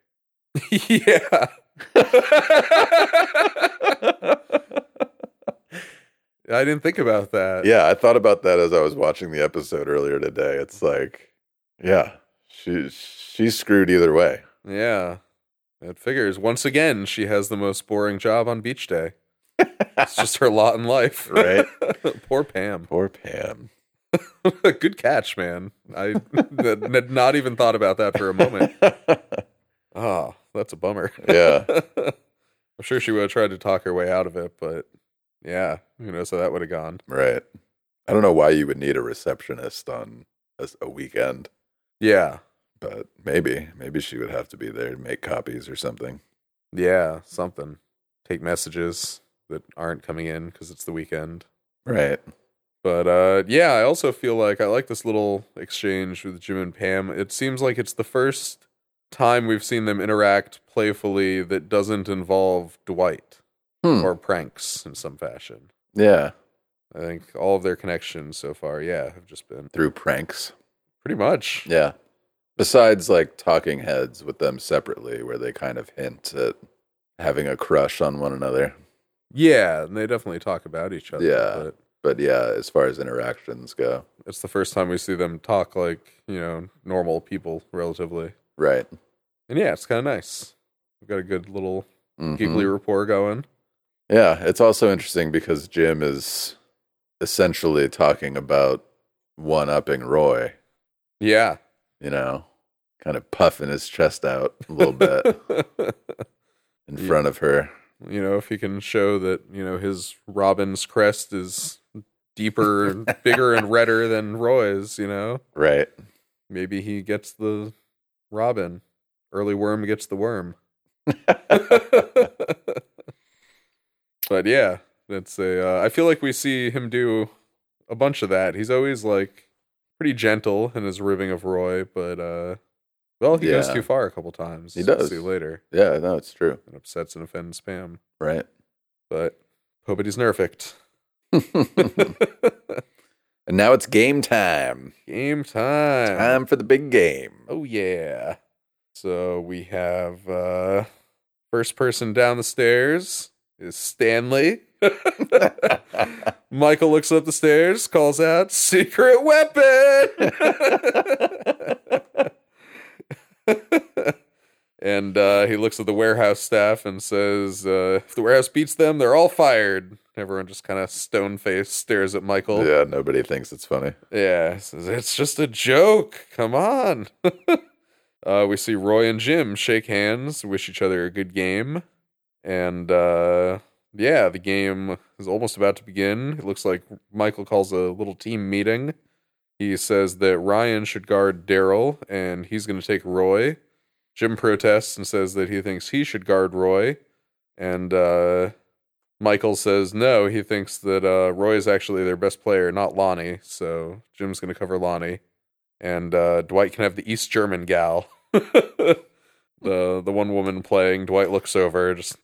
Speaker 3: yeah. I didn't think about that.
Speaker 4: Yeah, I thought about that as I was watching the episode earlier today. It's like, yeah, she she's screwed either way.
Speaker 3: Yeah. That figures. Once again, she has the most boring job on beach day. it's just her lot in life.
Speaker 4: Right.
Speaker 3: Poor Pam.
Speaker 4: Poor Pam.
Speaker 3: Good catch, man. I had not even thought about that for a moment. Oh, that's a bummer.
Speaker 4: Yeah.
Speaker 3: I'm sure she would have tried to talk her way out of it, but yeah, who knows how that would have gone.
Speaker 4: Right. I don't know why you would need a receptionist on a, s- a weekend,
Speaker 3: Yeah.
Speaker 4: but maybe maybe she would have to be there to make copies or something.
Speaker 3: Yeah, something. Take messages that aren't coming in because it's the weekend.
Speaker 4: Right.
Speaker 3: But uh, yeah, I also feel like I like this little exchange with Jim and Pam. It seems like it's the first time we've seen them interact playfully that doesn't involve Dwight
Speaker 4: Hmm.
Speaker 3: or pranks in some fashion.
Speaker 4: Yeah.
Speaker 3: I think all of their connections so far, yeah, have just been
Speaker 4: Through pranks.
Speaker 3: pretty much.
Speaker 4: Yeah. Besides like talking heads with them separately where they kind of hint at having a crush on one another.
Speaker 3: Yeah, and they definitely talk about each other.
Speaker 4: Yeah.
Speaker 3: But
Speaker 4: But yeah, as far as interactions go.
Speaker 3: it's the first time we see them talk like, you know, normal people relatively.
Speaker 4: Right.
Speaker 3: And yeah, it's kind of nice. We've got a good little
Speaker 4: Mhm.
Speaker 3: geekly rapport going.
Speaker 4: Yeah, it's also interesting because Jim is essentially talking about one upping Roy,
Speaker 3: Yeah.
Speaker 4: you know, kind of puffing his chest out a little bit in
Speaker 3: Yeah.
Speaker 4: front of her.
Speaker 3: You know, if he can show that, you know, his Robin's crest is deeper and bigger and redder than Roy's, you know,
Speaker 4: Right.
Speaker 3: maybe he gets the Robin. Early worm gets the worm. but yeah, that's a. Uh, I feel like we see him do a bunch of that. He's always like pretty gentle in his ribbing of Roy, but uh, well, he goes
Speaker 4: Yeah.
Speaker 3: too far a couple times.
Speaker 4: He
Speaker 3: We'll
Speaker 4: does.
Speaker 3: see later
Speaker 4: Yeah, no, it's true.
Speaker 3: and upsets and offends Pam.
Speaker 4: Right.
Speaker 3: But Pobity's nerfed.
Speaker 4: And now it's game time.
Speaker 3: Game time.
Speaker 4: Time for the big game.
Speaker 3: Uh-huh. Oh yeah. So we have uh first person down the stairs is Stanley, Michael looks up the stairs, calls out, "Secret weapon!" and uh, he looks at the warehouse staff and says, uh, "If the warehouse beats them, they're all fired." Everyone just kind of stone faced stares at Michael.
Speaker 4: Yeah, nobody thinks it's funny.
Speaker 3: Yeah, says it's just a joke. Come on. uh, we see Roy and Jim shake hands, wish each other a good game, and uh, yeah, the game is almost about to begin. It looks like Michael calls a little team meeting. He says that Ryan should guard Daryl, and he's going to take Roy. Jim protests and says that he thinks he should guard Roy, and uh, Michael says no. He thinks that uh, Roy is actually their best player, not Lonnie. So Jim's going to cover Lonnie, and uh, Dwight can have the East German gal, the the one woman playing. Dwight looks over, just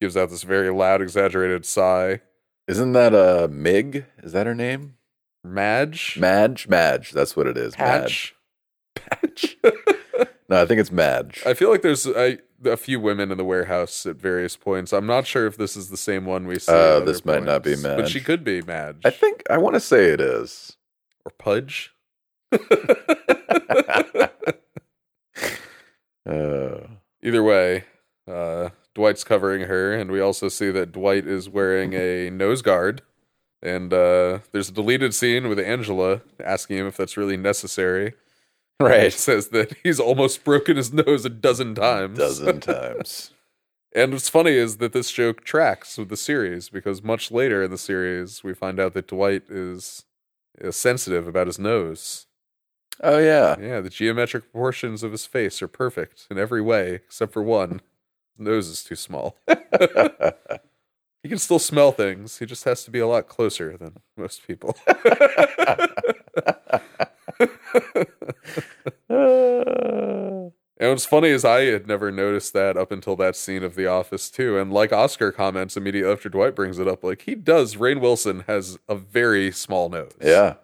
Speaker 3: gives out this very loud, exaggerated sigh.
Speaker 4: Isn't that uh Mig? Is that her name?
Speaker 3: Madge.
Speaker 4: Madge. Madge. That's what it is. Madge.
Speaker 3: Patch?
Speaker 4: Patch. no, I think it's Madge.
Speaker 3: I feel like there's I, a few women in the warehouse at various points. I'm not sure if this is the same one we see. at
Speaker 4: Oh,
Speaker 3: other
Speaker 4: this might not be
Speaker 3: points, but
Speaker 4: Madge.
Speaker 3: she could be Madge
Speaker 4: I think I want to say it is.
Speaker 3: or Pudge.
Speaker 4: Uh,
Speaker 3: Either way, uh, Dwight's covering her, and we also see that Dwight is wearing a nose guard. And uh, there's a deleted scene with Angela asking him if that's really necessary.
Speaker 4: Right.
Speaker 3: He says that he's almost broken his nose a dozen times.
Speaker 4: dozen times.
Speaker 3: And what's funny is that this joke tracks with the series because much later in the series, we find out that Dwight is, is sensitive about his nose.
Speaker 4: Oh yeah.
Speaker 3: Yeah, the geometric proportions of his face are perfect in every way except for one. His nose is too small. he can still smell things. He just has to be a lot closer than most people. And what's funny is I had never noticed that up until that scene of The Office too. And like Oscar comments immediately after Dwight brings it up, like he does. Rain Wilson has a very small nose.
Speaker 4: Yeah.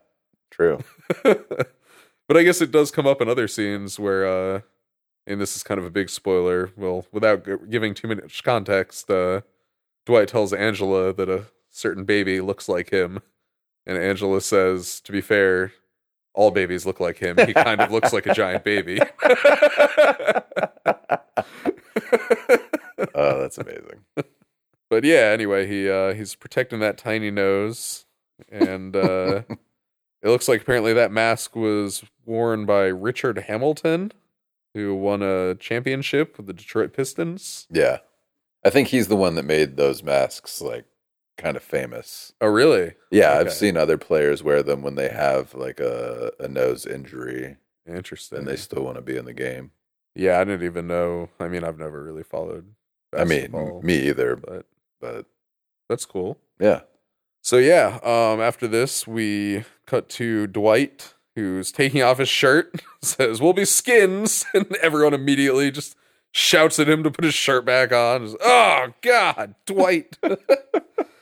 Speaker 4: True.
Speaker 3: But I guess it does come up in other scenes where, uh, and this is kind of a big spoiler. Well, without g- giving too much context, uh, Dwight tells Angela that a certain baby looks like him, and Angela says, "To be fair, all babies look like him. He kind of looks like a giant baby."
Speaker 4: Oh, that's amazing.
Speaker 3: but yeah, anyway, he uh, he's protecting that tiny nose, and uh, it looks like apparently that mask was worn by Richard Hamilton, who won a championship with the Detroit Pistons.
Speaker 4: Yeah. I think he's the one that made those masks like kind of famous.
Speaker 3: Oh, really?
Speaker 4: Yeah,
Speaker 3: Okay.
Speaker 4: I've seen other players wear them when they have like a, a nose injury
Speaker 3: Interesting.
Speaker 4: and they still want to be in the game.
Speaker 3: yeah, I didn't even know. I mean, I've never really followed.
Speaker 4: I mean,
Speaker 3: basketball,
Speaker 4: me either,
Speaker 3: but
Speaker 4: but
Speaker 3: that's cool.
Speaker 4: yeah.
Speaker 3: So yeah, um, after this we cut to Dwight, who's taking off his shirt, says, "We'll be skins," and everyone immediately just shouts at him to put his shirt back on. Just, oh God, Dwight.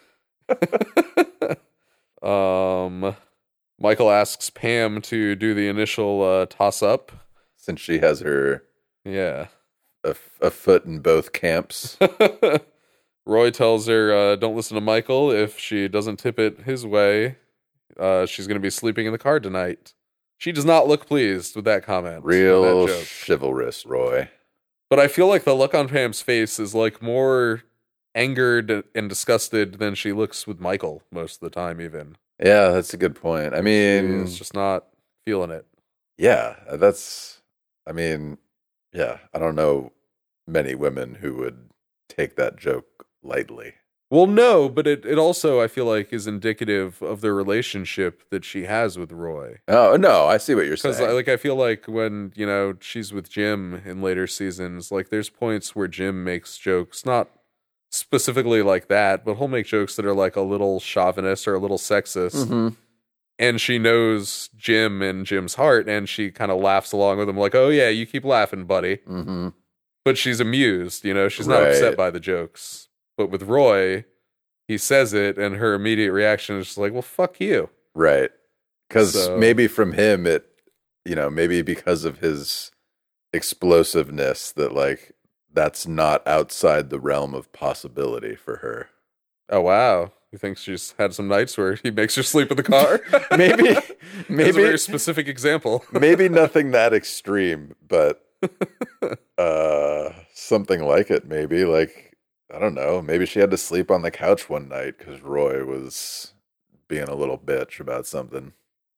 Speaker 3: um, Michael asks Pam to do the initial uh, toss up.
Speaker 4: Since she has her
Speaker 3: Yeah.
Speaker 4: a, f- a foot in both camps.
Speaker 3: Roy tells her, uh, "Don't listen to Michael. If she doesn't tip it his way, uh, she's going to be sleeping in the car tonight." She does not look pleased with that comment. with
Speaker 4: Real
Speaker 3: that joke.
Speaker 4: chivalrous, Roy.
Speaker 3: But I feel like the look on Pam's face is like more angered and disgusted than she looks with Michael most of the time. Even
Speaker 4: Yeah, that's a good point. I mean,
Speaker 3: she's just not feeling it.
Speaker 4: yeah, that's I mean, yeah, I don't know many women who would take that joke lightly.
Speaker 3: Well, no, but it, it also I feel like is indicative of the relationship that she has with Roy.
Speaker 4: Oh, no, I see what you're
Speaker 3: Because
Speaker 4: saying.
Speaker 3: like I feel like when you know she's with Jim in later seasons, like there's points where Jim makes jokes, not specifically like that, but he'll make jokes that are like a little chauvinist or a little sexist.
Speaker 4: Mhm.
Speaker 3: And she knows Jim and Jim's heart, and she kind of laughs along with him, like, "Oh yeah, you keep laughing, buddy."
Speaker 4: Mm-hmm.
Speaker 3: But she's amused, you know. She's not
Speaker 4: Right.
Speaker 3: upset by the jokes. But with Roy, he says it, and her immediate reaction is just like, "Well, fuck you."
Speaker 4: Right. Because
Speaker 3: So-
Speaker 4: maybe from him, it, you know, maybe because of his explosiveness, that like that's not outside the realm of possibility for her.
Speaker 3: Oh wow. You think she's had some nights where he makes her sleep in the car?
Speaker 4: Maybe-
Speaker 3: That's
Speaker 4: maybe-
Speaker 3: a very specific example.
Speaker 4: Maybe nothing that extreme, but uh, something like it. Maybe like I don't know. Maybe she had to sleep on the couch one night because Roy was being a little bitch about something.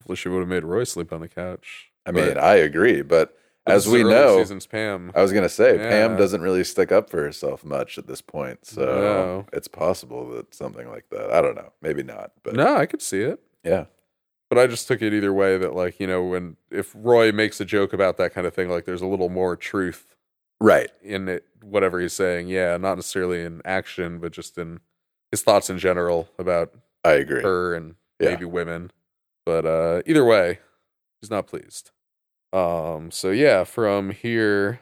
Speaker 3: Well, she would have made Roy sleep on the couch.
Speaker 4: I
Speaker 3: But-
Speaker 4: mean, I agree, but
Speaker 3: But
Speaker 4: as
Speaker 3: this is
Speaker 4: we
Speaker 3: early
Speaker 4: know, uh,
Speaker 3: seasons Pam.
Speaker 4: I was gonna say Pam
Speaker 3: Yeah.
Speaker 4: doesn't really stick up for herself much at this point, so
Speaker 3: No.
Speaker 4: it's possible that something like that. I don't know. Maybe not, but
Speaker 3: no, I could see it.
Speaker 4: Yeah.
Speaker 3: But I just took it either way that like, you know, when if Roy makes a joke about that kind of thing, like there's a little more truth
Speaker 4: right
Speaker 3: in it whatever he's saying. Yeah, not necessarily in action, but just in his thoughts in general about
Speaker 4: I agree.
Speaker 3: her and
Speaker 4: Yeah.
Speaker 3: maybe women. But uh either way, he's not pleased. Um so yeah, from here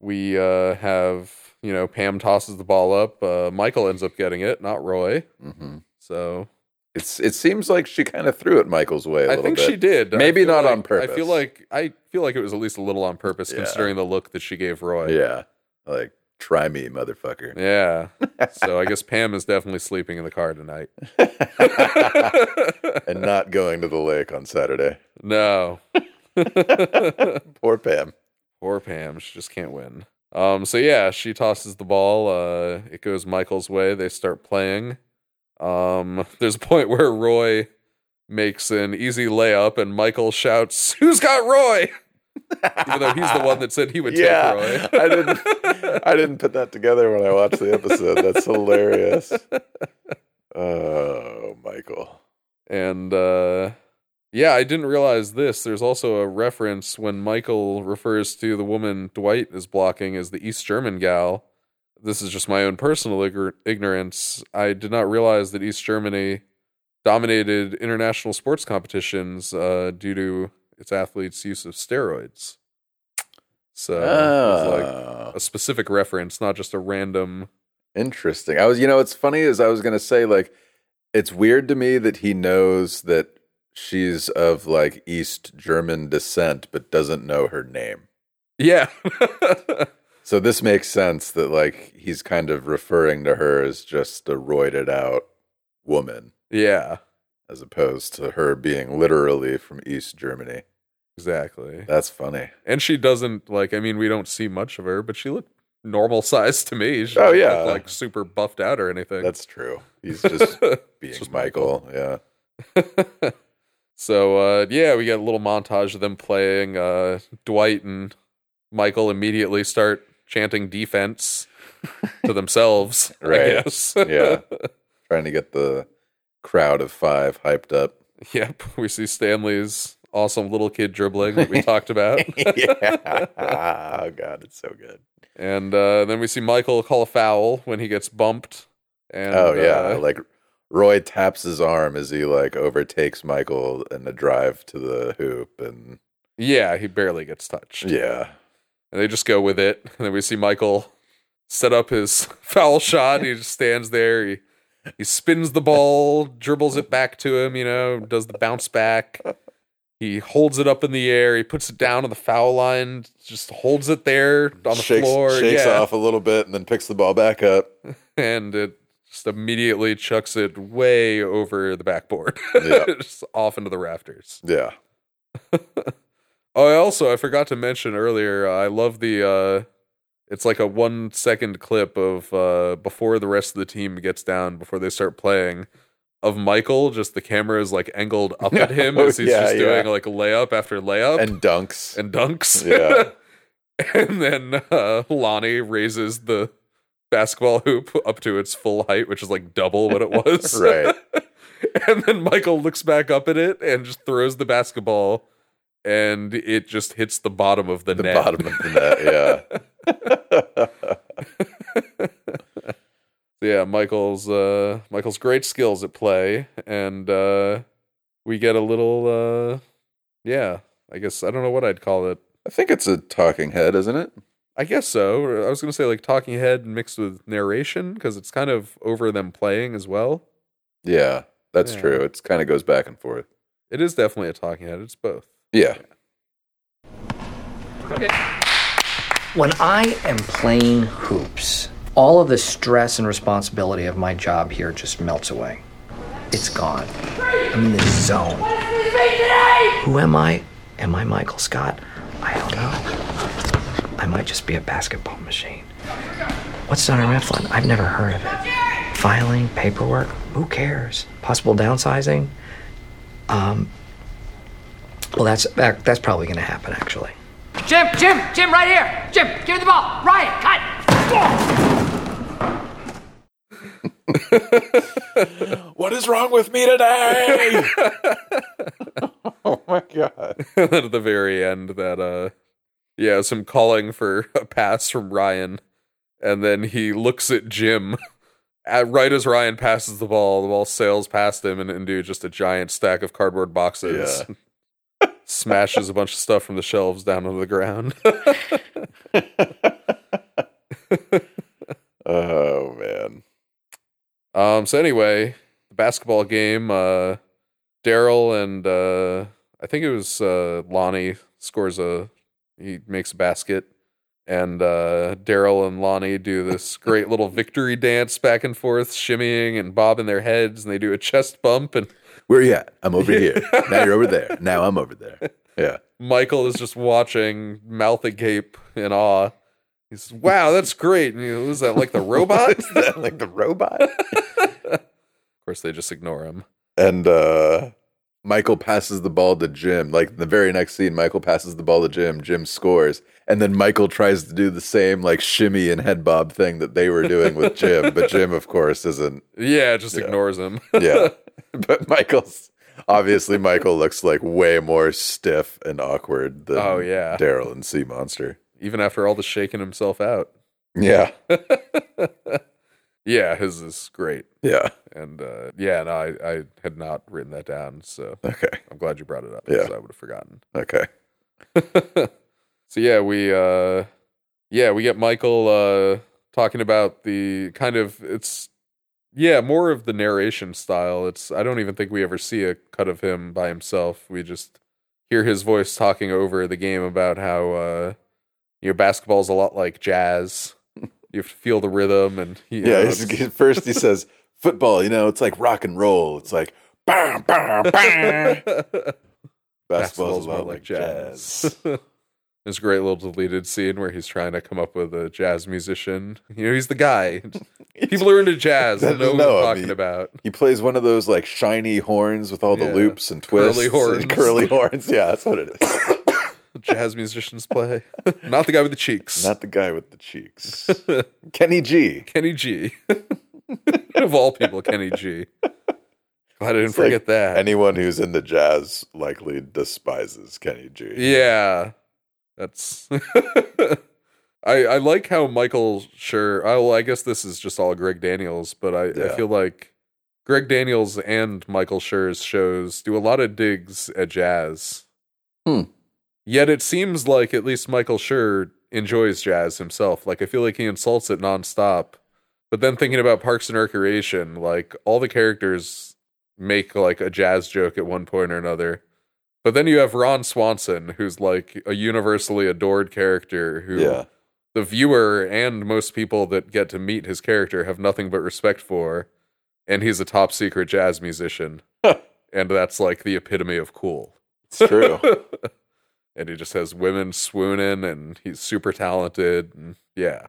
Speaker 3: we uh have, you know, Pam tosses the ball up. Uh Michael ends up getting it, not Roy.
Speaker 4: Mm-hmm.
Speaker 3: So
Speaker 4: it's it seems like she kind of threw it Michael's way. a
Speaker 3: I
Speaker 4: little
Speaker 3: think
Speaker 4: bit.
Speaker 3: she did. I
Speaker 4: Maybe
Speaker 3: feel
Speaker 4: not
Speaker 3: like-
Speaker 4: on purpose.
Speaker 3: I feel like I feel like it was at least a little on purpose,
Speaker 4: Yeah.
Speaker 3: considering the look that she gave Roy.
Speaker 4: yeah, like try me, motherfucker.
Speaker 3: yeah. so I guess Pam is definitely sleeping in the car tonight.
Speaker 4: and not going to the lake on Saturday.
Speaker 3: No,
Speaker 4: Poor Pam.
Speaker 3: poor Pam. She just can't win. Um. So yeah, she tosses the ball. Uh, it goes Michael's way. They start playing. Um. There's a point where Roy makes an easy layup, and Michael shouts, "Who's got Roy?" Even though he's the one that said he would
Speaker 4: Yeah,
Speaker 3: take Roy.
Speaker 4: I didn't. I didn't put that together when I watched the episode. That's hilarious. Oh, Michael.
Speaker 3: And uh yeah, I didn't realize this. There's also a reference when Michael refers to the woman Dwight is blocking as the East German gal. This is just my own personal igor- ignorance. I did not realize that East Germany dominated international sports competitions uh, due to its athletes' use of steroids. So it's
Speaker 4: Ah.
Speaker 3: like a specific reference, not just a random.
Speaker 4: Interesting. I was, you know, what's funny is I was going to say, like, it's weird to me that he knows that she's of like East German descent, but doesn't know her name.
Speaker 3: Yeah.
Speaker 4: So this makes sense that like he's kind of referring to her as just a roided out woman,
Speaker 3: Yeah.
Speaker 4: as opposed to her being literally from East Germany.
Speaker 3: Exactly.
Speaker 4: That's funny.
Speaker 3: And she doesn't like. I mean, we don't see much of her, but she looked normal size to me. She
Speaker 4: Oh,
Speaker 3: didn't
Speaker 4: yeah.
Speaker 3: look, like super buffed out or anything.
Speaker 4: That's true. He's just being Michael. Yeah.
Speaker 3: so uh, yeah, we got a little montage of them playing. Uh, Dwight and Michael immediately start chanting defense to themselves. I
Speaker 4: Right.
Speaker 3: guess.
Speaker 4: yeah. Trying to get the crowd of five hyped up.
Speaker 3: Yep. We see Stanley's awesome little kid dribbling that we talked about.
Speaker 4: yeah. Oh God, it's so good.
Speaker 3: And uh, then we see Michael call a foul when he gets bumped. And
Speaker 4: oh yeah,
Speaker 3: uh,
Speaker 4: like Roy taps his arm as he like overtakes Michael in the drive to the hoop, and
Speaker 3: yeah, he barely gets touched.
Speaker 4: yeah,
Speaker 3: and they just go with it. And then we see Michael set up his foul shot. He just stands there. He he spins the ball, dribbles it back to him. You know, does the bounce back. He holds it up in the air. He puts it down on the foul line. Just holds it there on the
Speaker 4: shakes,
Speaker 3: floor.
Speaker 4: shakes
Speaker 3: yeah.
Speaker 4: off a little bit, and then picks the ball back up.
Speaker 3: and it just immediately chucks it way over the backboard,
Speaker 4: Yeah.
Speaker 3: just off into the rafters.
Speaker 4: Yeah,
Speaker 3: Oh, I also I forgot to mention earlier. I love the. uh It's like a one second clip of uh before the rest of the team gets down before they start playing. Of Michael, just the camera is like angled up at him
Speaker 4: Oh,
Speaker 3: as he's
Speaker 4: yeah,
Speaker 3: just doing
Speaker 4: yeah.
Speaker 3: like layup after layup
Speaker 4: and dunks.
Speaker 3: and dunks.
Speaker 4: Yeah.
Speaker 3: and then uh, Lonnie raises the basketball hoop up to its full height, which is like double what it was.
Speaker 4: Right.
Speaker 3: and then Michael looks back up at it and just throws the basketball, and it just hits the bottom of the,
Speaker 4: the
Speaker 3: net.
Speaker 4: bottom of the net. Yeah.
Speaker 3: yeah, Michael's uh, Michael's great skills at play, and uh, we get a little, uh, yeah. I guess I don't know what I'd call it.
Speaker 4: I think it's a talking head, isn't it?
Speaker 3: I guess so. I was gonna say like talking head mixed with narration because it's kind of over them playing as well.
Speaker 4: Yeah, that's
Speaker 3: Yeah.
Speaker 4: true. It's kind of goes back and forth.
Speaker 3: It is definitely a talking head. It's both.
Speaker 4: Yeah.
Speaker 8: Okay.
Speaker 15: When I am playing hoops,
Speaker 2: all of the stress and responsibility of my job here just melts away. It's gone. I'm in this zone. Who am I? Am I Michael Scott? I don't know. I might just be a basketball machine. What's Donner Mifflin? I've never heard of it. Filing, paperwork, who cares? Possible downsizing? Um, well, that's, that, that's probably going to happen, actually.
Speaker 8: Jim, Jim, Jim, right here. Jim, give me the ball. Ryan, cut.
Speaker 4: What is wrong with me today?
Speaker 3: oh my god! at the very end, that uh, yeah, it's him calling for a pass from Ryan, and then he looks at Jim. At, right as Ryan passes the ball, the ball sails past him and into just a giant stack of cardboard boxes. Smashes a bunch of stuff from the shelves down onto the ground.
Speaker 4: oh man.
Speaker 3: Um, so anyway, the basketball game, uh, Daryl and uh, I think it was uh, Lonnie scores a he makes a basket, and uh, Daryl and Lonnie do this great little victory dance back and forth, shimmying and bobbing their heads, and they do a chest bump and
Speaker 4: Where you at? I'm over here. now you're over there. Now I'm over there. Yeah.
Speaker 3: Michael is just watching, mouth agape in awe. He's wow, that's great. And he, was that like the robot?
Speaker 4: Is that like the robot?
Speaker 3: Of course, they just ignore him.
Speaker 4: And uh, Michael passes the ball to Jim. Like the very next scene, Michael passes the ball to Jim. Jim scores, and then Michael tries to do the same like shimmy and head bob thing that they were doing with Jim, but Jim, of course, isn't.
Speaker 3: Yeah, just ignores him.
Speaker 4: Yeah, but Michael's obviously Michael looks like way more stiff and awkward than
Speaker 3: Oh, yeah.
Speaker 4: Daryl and Sea Monster.
Speaker 3: Even after all the shaking himself out.
Speaker 4: Yeah,
Speaker 3: Yeah, his is great.
Speaker 4: yeah,
Speaker 3: And uh, yeah, no, I, I had not written that down. So
Speaker 4: Okay.
Speaker 3: I'm glad you brought it up
Speaker 4: Yeah.
Speaker 3: because I would have forgotten.
Speaker 4: okay.
Speaker 3: So yeah, we uh yeah, we get Michael uh talking about the kind of it's yeah, more of the narration style. It's I don't even think we ever see a cut of him by himself. We just hear his voice talking over the game about how uh you know basketball's a lot like jazz. You have to feel the rhythm and you know,
Speaker 4: Yeah, he's,
Speaker 3: it's-
Speaker 4: he- first he says football. You know, it's like rock and roll. It's like bam, bam, bam. Basketball's a lot like jazz.
Speaker 3: There's a great little deleted scene where he's trying to come up with a jazz musician. You know, he's the guy. People who are into jazz. They
Speaker 4: Doesn't
Speaker 3: know what
Speaker 4: know
Speaker 3: we're
Speaker 4: him.
Speaker 3: talking
Speaker 4: He-
Speaker 3: about.
Speaker 4: He plays one of those like shiny horns with all the
Speaker 3: Yeah.
Speaker 4: loops and
Speaker 3: Curly
Speaker 4: twists. and
Speaker 3: horns.
Speaker 4: curly horns. Yeah, that's what it is.
Speaker 3: Jazz musicians play. Not the guy with the cheeks.
Speaker 4: Not the guy with the cheeks. Kenny G.
Speaker 3: Kenny G. of all people, Kenny G. Glad I didn't
Speaker 4: It's like
Speaker 3: forget that.
Speaker 4: Anyone who's into jazz likely despises Kenny G.
Speaker 3: Yeah. That's I I like how Michael sure I well, I guess this is just all Greg Daniels, but I, I
Speaker 4: Yeah.
Speaker 3: feel like Greg Daniels and Michael Schur's shows do a lot of digs at jazz.
Speaker 4: Hmm.
Speaker 3: Yet it seems like at least Michael Schur enjoys jazz himself. Like I feel like he insults it nonstop. But then thinking about Parks and Recreation, like all the characters make like a jazz joke at one point or another. But then you have Ron Swanson, who's like a universally adored character who
Speaker 4: Yeah.
Speaker 3: the viewer and most people that get to meet his character have nothing but respect for. And he's a top secret jazz musician. and that's like the epitome of cool.
Speaker 4: It's true.
Speaker 3: and he just has women swooning and he's super talented. And yeah.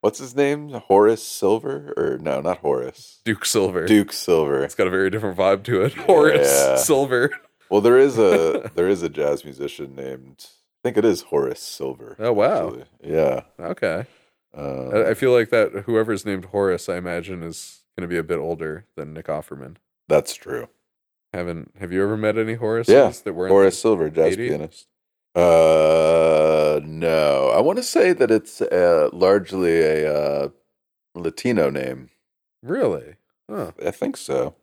Speaker 4: What's his name? Horace Silver? Or no, not Horace.
Speaker 3: Duke Silver.
Speaker 4: Duke Silver.
Speaker 3: It's got a very different vibe to it. Horace
Speaker 4: Yeah.
Speaker 3: Silver.
Speaker 4: Well, there is a there is a jazz musician named I think it is Horace Silver.
Speaker 3: Oh, wow.
Speaker 4: actually. Yeah.
Speaker 3: Okay.
Speaker 4: Um,
Speaker 3: I I feel like that whoever's named Horace, I imagine, is going to be a bit older than Nick Offerman.
Speaker 4: that's true.
Speaker 3: Haven't have you ever met any Horaces
Speaker 4: Yeah.
Speaker 3: that weren't
Speaker 4: Horace Silver, jazz
Speaker 3: 80?
Speaker 4: pianist. Uh no. I want to say that it's uh, largely a uh, Latino name.
Speaker 3: really? Huh.
Speaker 4: I think so.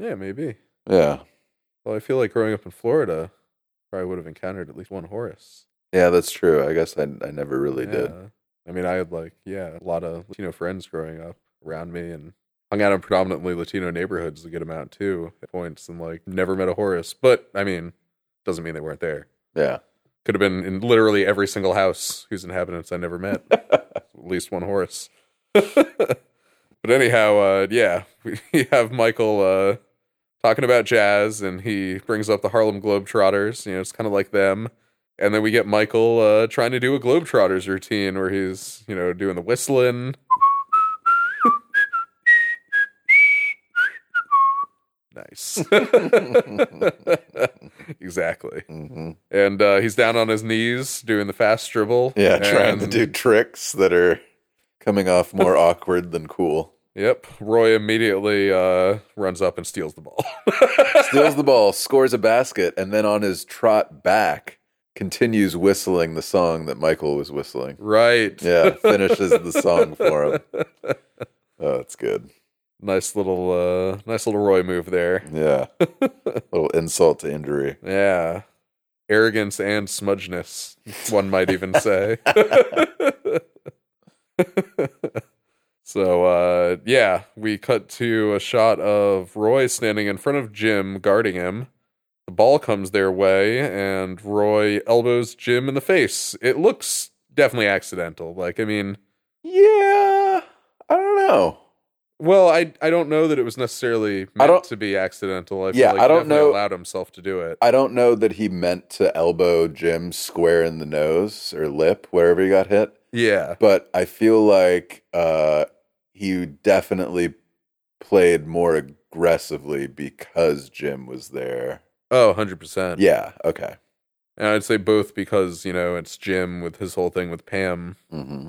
Speaker 3: Yeah, maybe.
Speaker 4: Yeah.
Speaker 3: Well, I feel like growing up in Florida, probably would have encountered at least one Horace.
Speaker 4: Yeah, that's true. I guess I I never really did.
Speaker 3: Yeah. I mean, I had like yeah, a lot of Latino friends growing up around me and hung out in predominantly Latino neighborhoods a good amount too at points, and like never met a Horace. But I mean, doesn't mean they weren't there.
Speaker 4: Yeah.
Speaker 3: Could have been in literally every single house whose inhabitants I never met. at least one horse. but anyhow, uh, yeah, we have Michael uh, talking about jazz, and he brings up the Harlem Globetrotters. You know, it's kind of like them. And then we get Michael uh, trying to do a Globetrotters routine where he's, you know, doing the whistling. nice. exactly.
Speaker 4: Mm-hmm.
Speaker 3: And uh, he's down on his knees doing the fast dribble.
Speaker 4: Yeah, trying to
Speaker 3: and-
Speaker 4: do tricks that are coming off more awkward than cool.
Speaker 3: Yep. Roy immediately uh, runs up and steals the ball.
Speaker 4: Steals the ball, scores a basket, and then on his trot back continues whistling the song that Michael was whistling.
Speaker 3: Right.
Speaker 4: Yeah, finishes the song for him. Oh, that's good.
Speaker 3: Nice little uh nice little Roy move there.
Speaker 4: Yeah. little insult to injury.
Speaker 3: Yeah. Arrogance and smudgeness, one might even say. so uh yeah, we cut to a shot of Roy standing in front of Jim guarding him. The ball comes their way and Roy elbows Jim in the face. It looks definitely accidental. Like I mean,
Speaker 4: Yeah. I don't know.
Speaker 3: Well, I I don't know that it was necessarily meant
Speaker 4: don't-
Speaker 3: to be accidental. I
Speaker 4: Yeah,
Speaker 3: feel like
Speaker 4: I
Speaker 3: he
Speaker 4: don't
Speaker 3: definitely
Speaker 4: know-
Speaker 3: allowed himself to do it.
Speaker 4: I don't know that he meant to elbow Jim square in the nose or lip, wherever he got hit.
Speaker 3: Yeah.
Speaker 4: But I feel like uh, he definitely played more aggressively because Jim was there.
Speaker 3: Oh, 100%.
Speaker 4: Yeah. Okay.
Speaker 3: And I'd say both because, you know, it's Jim with his whole thing with Pam.
Speaker 4: Mm-hmm.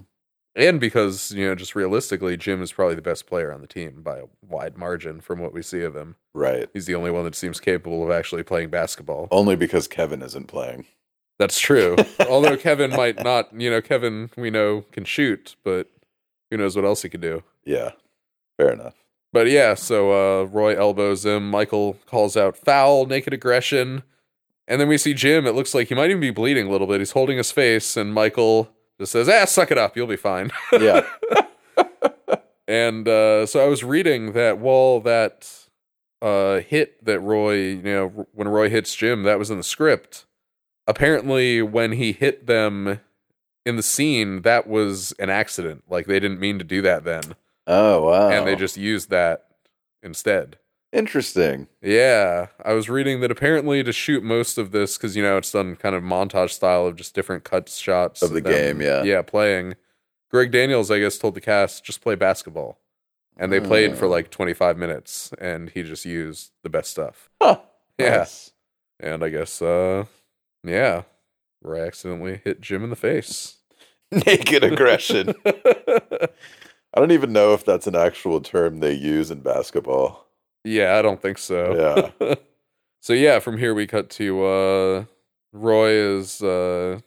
Speaker 3: And because, you know, just realistically, Jim is probably the best player on the team by a wide margin from what we see of him.
Speaker 4: Right.
Speaker 3: He's the only one that seems capable of actually playing basketball.
Speaker 4: Only because Kevin isn't playing.
Speaker 3: That's true. Although Kevin might not, you know, Kevin, we know, can shoot, but who knows what else he could do.
Speaker 4: Yeah. Fair enough.
Speaker 3: But yeah, so uh, Roy elbows him. Michael calls out foul, naked aggression. And then we see Jim. It looks like he might even be bleeding a little bit. He's holding his face, and Michael just says, ah, suck it up. You'll be fine.
Speaker 4: Yeah.
Speaker 3: and uh, so I was reading that while that uh, hit that Roy, you know, when Roy hits Jim, that was in the script. Apparently, when he hit them in the scene, that was an accident. Like they didn't mean to do that then
Speaker 4: Oh, wow.
Speaker 3: and they just used that instead.
Speaker 4: Interesting.
Speaker 3: Yeah, I was reading that apparently to shoot most of this because you know it's done kind of montage style of just different cuts shots
Speaker 4: Of the
Speaker 3: them-
Speaker 4: game, yeah.
Speaker 3: yeah, playing. Greg Daniels, I guess, told the cast just play basketball, and they played for
Speaker 4: Hmm.
Speaker 3: like 25 minutes, and he just used the best stuff.
Speaker 4: Huh.
Speaker 3: Yeah,
Speaker 4: Nice.
Speaker 3: and I guess, uh, yeah, Roy accidentally hit Jim in the face.
Speaker 4: Naked aggression. I don't even know if that's an actual term they use in basketball.
Speaker 3: Yeah, I don't think so. Yeah. so yeah, from here we cut to uh Roy is uh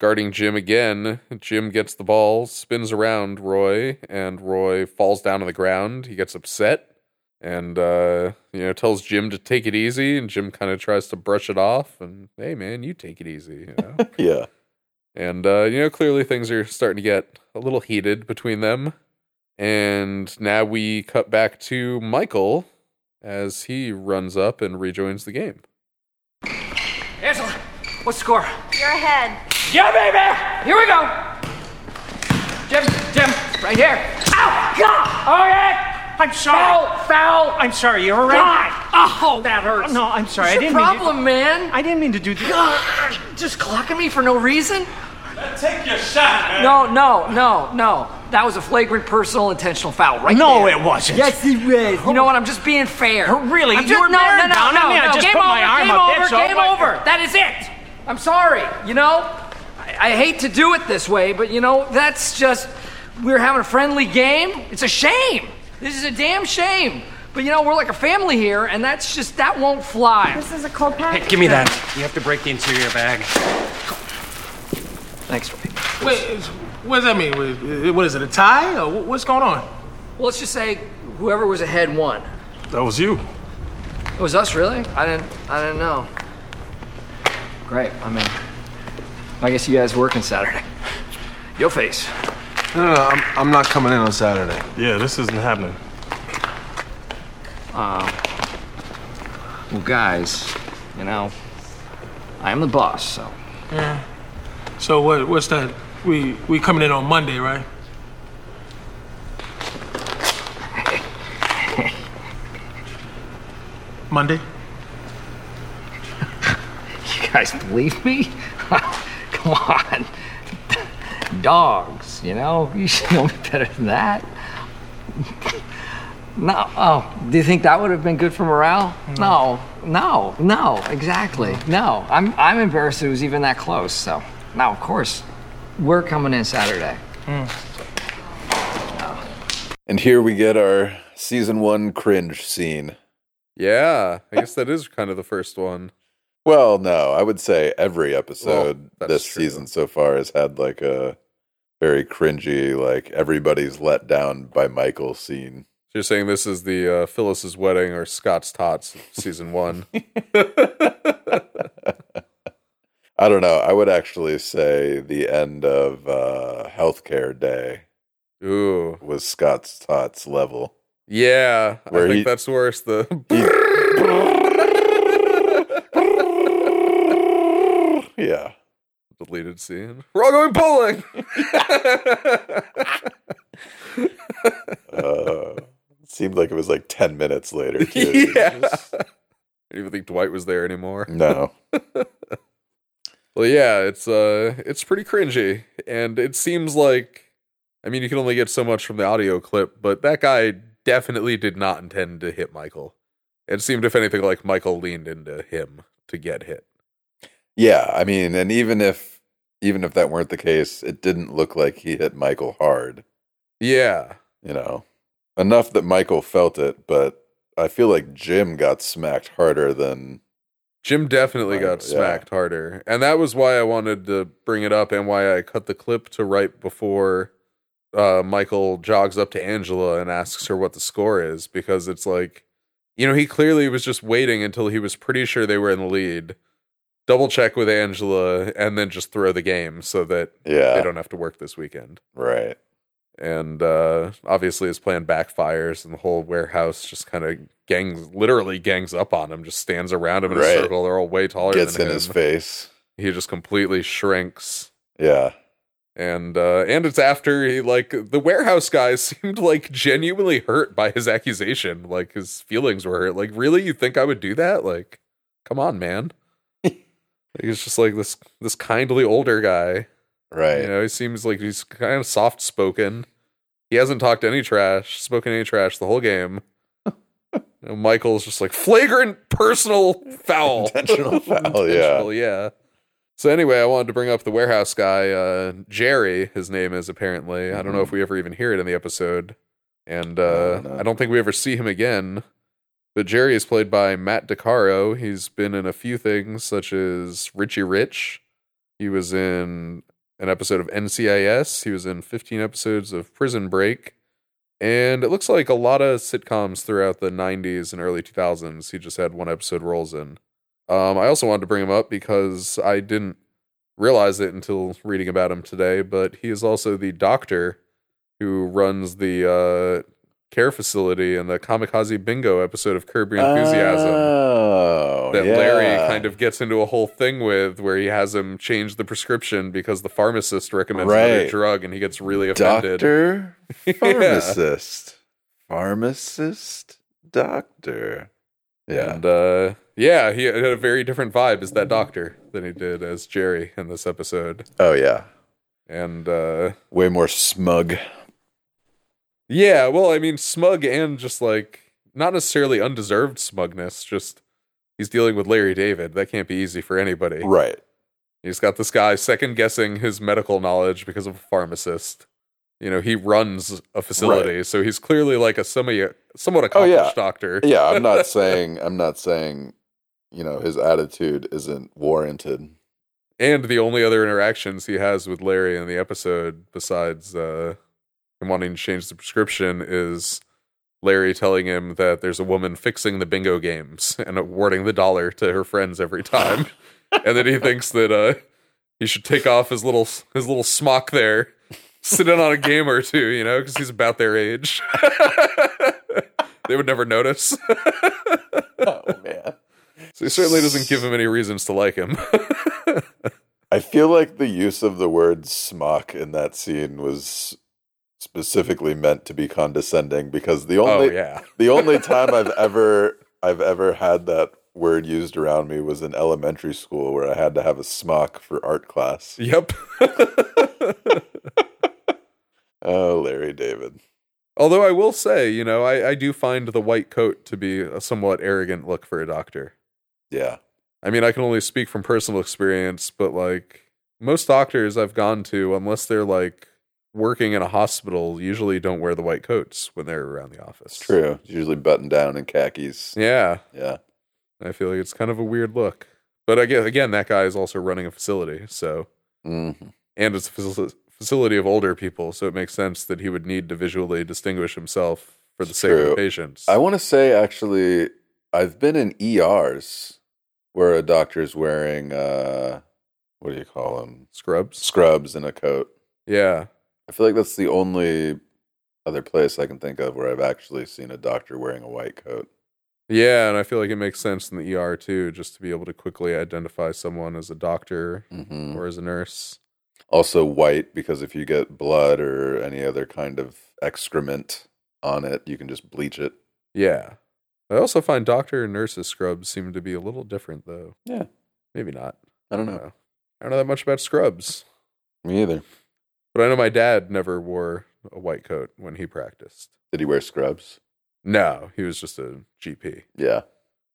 Speaker 3: guarding Jim again. Jim gets the ball, spins around Roy, and Roy falls down on the ground. He gets upset and uh you know tells Jim to take it easy and Jim kind of tries to brush it off and hey man, you take it easy, you know.
Speaker 4: Yeah.
Speaker 3: And uh, you know, clearly things are starting to get a little heated between them. And now we cut back to Michael as he runs up and rejoins the game.
Speaker 8: Angela, what's the score?
Speaker 15: You're ahead.
Speaker 8: Yeah, baby! Here we go! Jim, Jim, right here. Ow! God! All right! I'm sorry. Foul! Foul! I'm sorry, you're all
Speaker 16: right?
Speaker 8: Oh! That hurts.
Speaker 16: No, I'm sorry,
Speaker 8: What's
Speaker 16: I
Speaker 8: your
Speaker 16: didn't mean to-
Speaker 8: problem, man? I didn't mean to do that. Just clocking me for no reason?
Speaker 16: Take your shot, man.
Speaker 8: No, no, no, no. That was a flagrant personal intentional foul, right?
Speaker 16: No,
Speaker 8: there.
Speaker 16: it wasn't. Oh.
Speaker 8: Yes, it was. You know what? I'm just being fair.
Speaker 16: Really?
Speaker 8: I'm
Speaker 16: You were
Speaker 8: no,
Speaker 16: there
Speaker 8: no, no,
Speaker 16: down
Speaker 8: no,
Speaker 16: on me. I
Speaker 8: no.
Speaker 16: just
Speaker 8: game
Speaker 16: put
Speaker 8: over,
Speaker 16: my arm
Speaker 8: game
Speaker 16: up.
Speaker 8: over,
Speaker 16: That's all
Speaker 8: game
Speaker 16: right.
Speaker 8: over. That is it. I'm sorry. You know, I, I hate to do it this way, but you know, that's just we we're having a friendly game. It's a shame. This is a damn shame. But you know, we're like a family here, and that's just that won't fly. This is a cold pack.
Speaker 5: Hey, give me that. You have to break the interior bag.
Speaker 8: Thanks, Roy.
Speaker 16: Wait, is- what does that mean? What- What is it? A tie? Or wh- What's going on?
Speaker 8: Well, let's just say whoever was ahead won.
Speaker 7: That was you.
Speaker 8: It was us, really? I didn't. I didn't know. Great. I mean, I guess you guys working Saturday. Your face.
Speaker 9: No, no, no I'm, I'm not coming in on Saturday.
Speaker 7: Yeah, this isn't happening.
Speaker 8: Um. Well, guys, you know, I'm the boss, so
Speaker 16: Yeah. So what? What's that? We we coming in on Monday, right? Monday.
Speaker 8: You guys believe me? Come on. Dogs, you know? You should know me better than that. No. Oh, do you think that would have been good for morale? No. No. No. Exactly. No. I'm I'm embarrassed it was even that close. So now, of course, we're coming in Saturday.
Speaker 4: And here we get our season one cringe scene.
Speaker 3: Yeah, I guess that is kind of the first one.
Speaker 4: Well, no, I would say every episode this season so far has had like a very cringy, like everybody's let down by Michael scene.
Speaker 3: So you're saying this is the uh, Phyllis's wedding or Scott's tots season one?
Speaker 4: I don't know. I would actually say the end of uh, healthcare day.
Speaker 3: Ooh,
Speaker 4: was Scott's tots level.
Speaker 3: yeah, I
Speaker 4: Where
Speaker 3: think
Speaker 4: he-
Speaker 3: that's worse. The
Speaker 4: yeah,
Speaker 3: deleted scene. We're all going bowling.
Speaker 4: Uh, it seemed like it was like ten minutes later. Too.
Speaker 3: yeah. I didn't even think Dwight was there anymore.
Speaker 4: No.
Speaker 3: well, yeah, it's uh, it's pretty cringy, and it seems like, I mean, you can only get so much from the audio clip, but that guy definitely did not intend to hit Michael. It seemed, if anything, like Michael leaned into him to get hit.
Speaker 4: Yeah, I mean, and even if even if that weren't the case, it didn't look like he hit Michael hard.
Speaker 3: Yeah,
Speaker 4: You know, enough that Michael felt it, but I feel like Jim got smacked harder than
Speaker 3: Jim definitely got
Speaker 4: yeah.
Speaker 3: smacked harder. And that was why I wanted to bring it up and why I cut the clip to right before uh, Michael jogs up to Angela and asks her what the score is because it's like, you know, he clearly was just waiting until he was pretty sure they were in the lead, double check with Angela, and then just throw the game so that
Speaker 4: Yeah.
Speaker 3: they don't have to work this weekend.
Speaker 4: right.
Speaker 3: And uh, obviously his plan backfires and the whole warehouse just kind of gangs, literally gangs up on him, just stands around him in
Speaker 4: Right.
Speaker 3: a circle. They're all way taller
Speaker 4: Gets
Speaker 3: than
Speaker 4: in his
Speaker 3: him.
Speaker 4: face.
Speaker 3: He just completely shrinks.
Speaker 4: Yeah.
Speaker 3: And uh, and it's after he like the warehouse guy seemed like genuinely hurt by his accusation, like his feelings were hurt. Like, really, you think I would do that? Like, come on, man. He's just like this this kindly older guy,
Speaker 4: right?
Speaker 3: You know, he seems like he's kind of soft spoken. He hasn't talked any trash, spoken any trash the whole game. You know, Michael's just like flagrant personal foul,
Speaker 4: Intentional foul, yeah.
Speaker 3: Intentional, yeah. So anyway, I wanted to bring up the warehouse guy, uh, Jerry. His name is apparently. I don't know if we ever even hear it in the episode, and uh, I don't think we ever see him again. But Jerry is played by Matt DiCaro. He's been in a few things, such as Richie Rich. He was in an episode of NCIS. He was in 15 episodes of Prison Break. And it looks like a lot of sitcoms throughout the 90s and early 2000s, he just had one episode roles in. Um, I also wanted to bring him up because I didn't realize it until reading about him today, but he is also the doctor who runs the uh, care facility in the Kamikaze Bingo episode of Curb Your Enthusiasm
Speaker 4: Oh,
Speaker 3: that
Speaker 4: yeah.
Speaker 3: Larry kind of gets into a whole thing with where he has him change the prescription because the pharmacist recommends another
Speaker 4: Right.
Speaker 3: drug and he gets really offended.
Speaker 4: doctor,
Speaker 3: Yeah.
Speaker 4: pharmacist, pharmacist, doctor. Yeah.
Speaker 3: And uh yeah, he had a very different vibe as that doctor than he did as Jerry in this episode.
Speaker 4: Oh yeah,
Speaker 3: And uh
Speaker 4: way more smug.
Speaker 3: yeah, well, I mean smug and just like not necessarily undeserved smugness, just he's dealing with Larry David. That can't be easy for anybody.
Speaker 4: Right.
Speaker 3: He's got this guy second guessing his medical knowledge because of a pharmacist. You know, he runs a facility, so he's clearly like a semi somewhat
Speaker 4: Oh,
Speaker 3: accomplished
Speaker 4: yeah.
Speaker 3: doctor.
Speaker 4: Yeah, I'm not saying I'm not saying you know his attitude isn't warranted.
Speaker 3: and the only other interactions he has with Larry in the episode, besides uh, him wanting to change the prescription, is Larry telling him that there's a woman fixing the bingo games and awarding the dollar to her friends every time, and then he thinks that uh, he should take off his little his little smock there, sit in on a game or two, you know, because he's about their age. they would never notice.
Speaker 4: oh man.
Speaker 3: So he certainly doesn't give him any reasons to like him.
Speaker 4: I feel like the use of the word smock in that scene was specifically meant to be condescending because the
Speaker 3: Oh,
Speaker 4: only
Speaker 3: yeah.
Speaker 4: the only time I've ever I've ever had that word used around me was in elementary school where I had to have a smock for art class.
Speaker 3: Yep.
Speaker 4: oh, Larry David.
Speaker 3: Although I will say, you know, I, I do find the white coat to be a somewhat arrogant look for a doctor.
Speaker 4: Yeah.
Speaker 3: I mean, I can only speak from personal experience, but like most doctors I've gone to, unless they're like working in a hospital, usually don't wear the white coats when they're around the office.
Speaker 4: True. Usually button down and khakis.
Speaker 3: Yeah.
Speaker 4: Yeah.
Speaker 3: I feel like it's kind of a weird look. But I guess, again, that guy is also running a facility. So, Mm-hmm.
Speaker 4: Mhm.
Speaker 3: and it's a faci- facility of older people. So it makes sense that he would need to visually distinguish himself for the sake of the
Speaker 4: True.
Speaker 3: patients.
Speaker 4: I want to say actually, I've been in ERs where a doctor's wearing uh, what do you call them?
Speaker 3: Scrubs.
Speaker 4: Scrubs and a coat.
Speaker 3: Yeah.
Speaker 4: I feel like that's the only other place I can think of where I've actually seen a doctor wearing a white coat.
Speaker 3: Yeah. And I feel like it makes sense in the ER too, just to be able to quickly identify someone as a doctor
Speaker 4: Hmm. Mm-hmm.
Speaker 3: or as a nurse.
Speaker 4: Also white because if you get blood or any other kind of excrement on it, you can just bleach it.
Speaker 3: Yeah. I also find doctor and nurses scrubs seem to be a little different though.
Speaker 4: Yeah.
Speaker 3: Maybe not.
Speaker 4: I don't know.
Speaker 3: I don't know that much about scrubs.
Speaker 4: Uh, Me either.
Speaker 3: But I know my dad never wore a white coat when he practiced.
Speaker 4: Did he wear scrubs?
Speaker 3: No, he was just a GP.
Speaker 4: Yeah.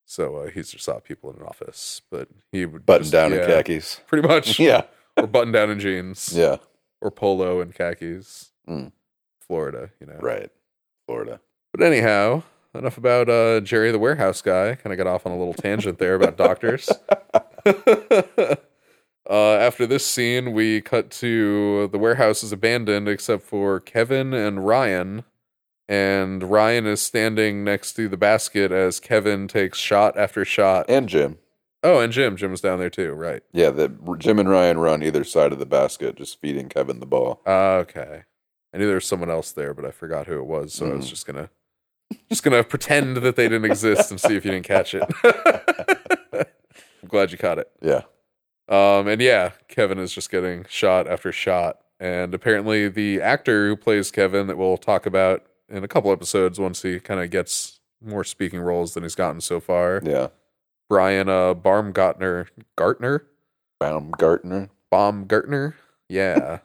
Speaker 3: So uh, he just saw people in an office, but he would
Speaker 4: Button
Speaker 3: just-
Speaker 4: down in
Speaker 3: yeah,
Speaker 4: khakis.
Speaker 3: pretty much.
Speaker 4: Yeah.
Speaker 3: or button down in jeans.
Speaker 4: Yeah.
Speaker 3: or polo and khakis.
Speaker 4: Mm.
Speaker 3: Florida, you know.
Speaker 4: Right. Florida.
Speaker 3: But anyhow, enough about uh, Jerry the warehouse guy. Kind of got off on a little tangent there about doctors. Uh, after this scene, we cut to the warehouse is abandoned except for Kevin and Ryan. And Ryan is standing next to the basket as Kevin takes shot after shot.
Speaker 4: And Jim.
Speaker 3: Oh, and Jim. Jim's down there too, right?
Speaker 4: Yeah, that Jim and Ryan run either side of the basket, just feeding Kevin the ball.
Speaker 3: Uh, okay. I knew there was someone else there, but I forgot who it was, so I was just gonna just gonna pretend that they didn't exist and see if you didn't catch it. I'm glad you caught it.
Speaker 4: Yeah.
Speaker 3: Um, and yeah, Kevin is just getting shot after shot. And apparently, the actor who plays Kevin, that we'll talk about in a couple episodes once he kind of gets more speaking roles than he's gotten so far.
Speaker 4: Yeah.
Speaker 3: Brian uh, Baumgartner. Gartner?
Speaker 4: Baumgartner.
Speaker 3: Baumgartner? Yeah.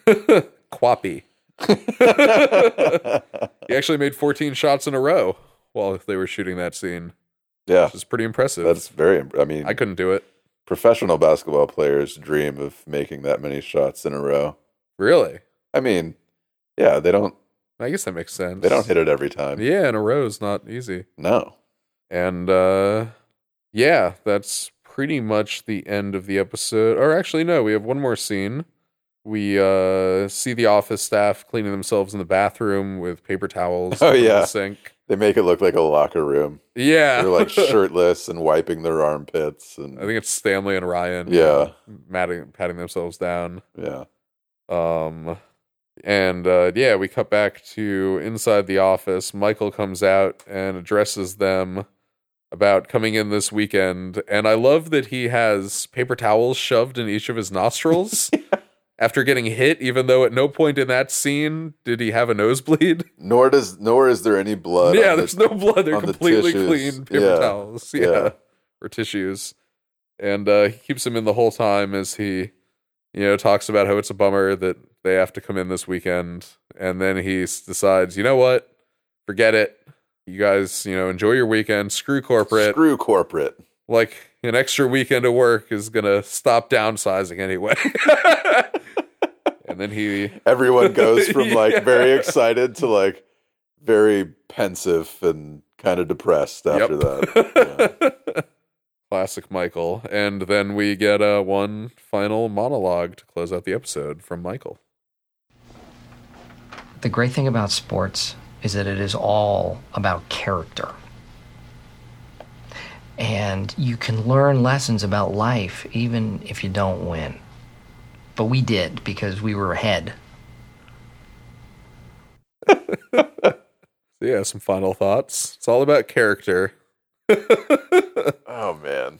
Speaker 3: Quappy. he actually made 14 shots in a row while they were shooting that scene.
Speaker 4: Yeah.
Speaker 3: Which is pretty impressive.
Speaker 4: That's very, imp- I mean,
Speaker 3: I couldn't do it.
Speaker 4: professional basketball players dream of making that many shots in a row.
Speaker 3: Really?
Speaker 4: I mean, yeah, they don't,
Speaker 3: I guess that makes sense.
Speaker 4: they don't hit it every time.
Speaker 3: Yeah, in a row is not easy.
Speaker 4: No.
Speaker 3: And uh yeah, that's pretty much the end of the episode. Or actually no, we have one more scene. We uh see the office staff cleaning themselves in the bathroom with paper towels
Speaker 4: Oh,
Speaker 3: over the
Speaker 4: yeah.
Speaker 3: sink.
Speaker 4: They make it look like a locker room.
Speaker 3: Yeah.
Speaker 4: They're like shirtless and wiping their armpits. And
Speaker 3: I think it's Stanley and Ryan.
Speaker 4: Yeah.
Speaker 3: Matting, patting themselves down.
Speaker 4: yeah.
Speaker 3: Um, and uh, yeah, we cut back to inside the office. Michael comes out and addresses them about coming in this weekend. And I love that he has paper towels shoved in each of his nostrils after getting hit, even though at no point in that scene did he have a nosebleed.
Speaker 4: Nor does, nor is there any blood. on
Speaker 3: yeah,
Speaker 4: the-
Speaker 3: there's no blood. They're
Speaker 4: on the
Speaker 3: completely
Speaker 4: tissues.
Speaker 3: clean paper
Speaker 4: Yeah.
Speaker 3: towels. Yeah.
Speaker 4: Yeah.
Speaker 3: Or tissues. And uh, he keeps him in the whole time as he, you know, talks about how it's a bummer that they have to come in this weekend. And then he s- decides, you know what? Forget it. You guys, you know, enjoy your weekend. Screw corporate.
Speaker 4: Screw corporate.
Speaker 3: Like an extra weekend of work is going to stop downsizing anyway. and then he
Speaker 4: Everyone goes from like
Speaker 3: Yeah.
Speaker 4: very excited to like very pensive and kind of depressed after that.
Speaker 3: Classic Michael. And then we get uh, one final monologue to close out the episode from Michael.
Speaker 2: The great thing about sports is that it is all about character. And you can learn lessons about life even if you don't win. But we did because we were ahead.
Speaker 3: So, yeah, some final thoughts. It's all about character.
Speaker 4: Oh man.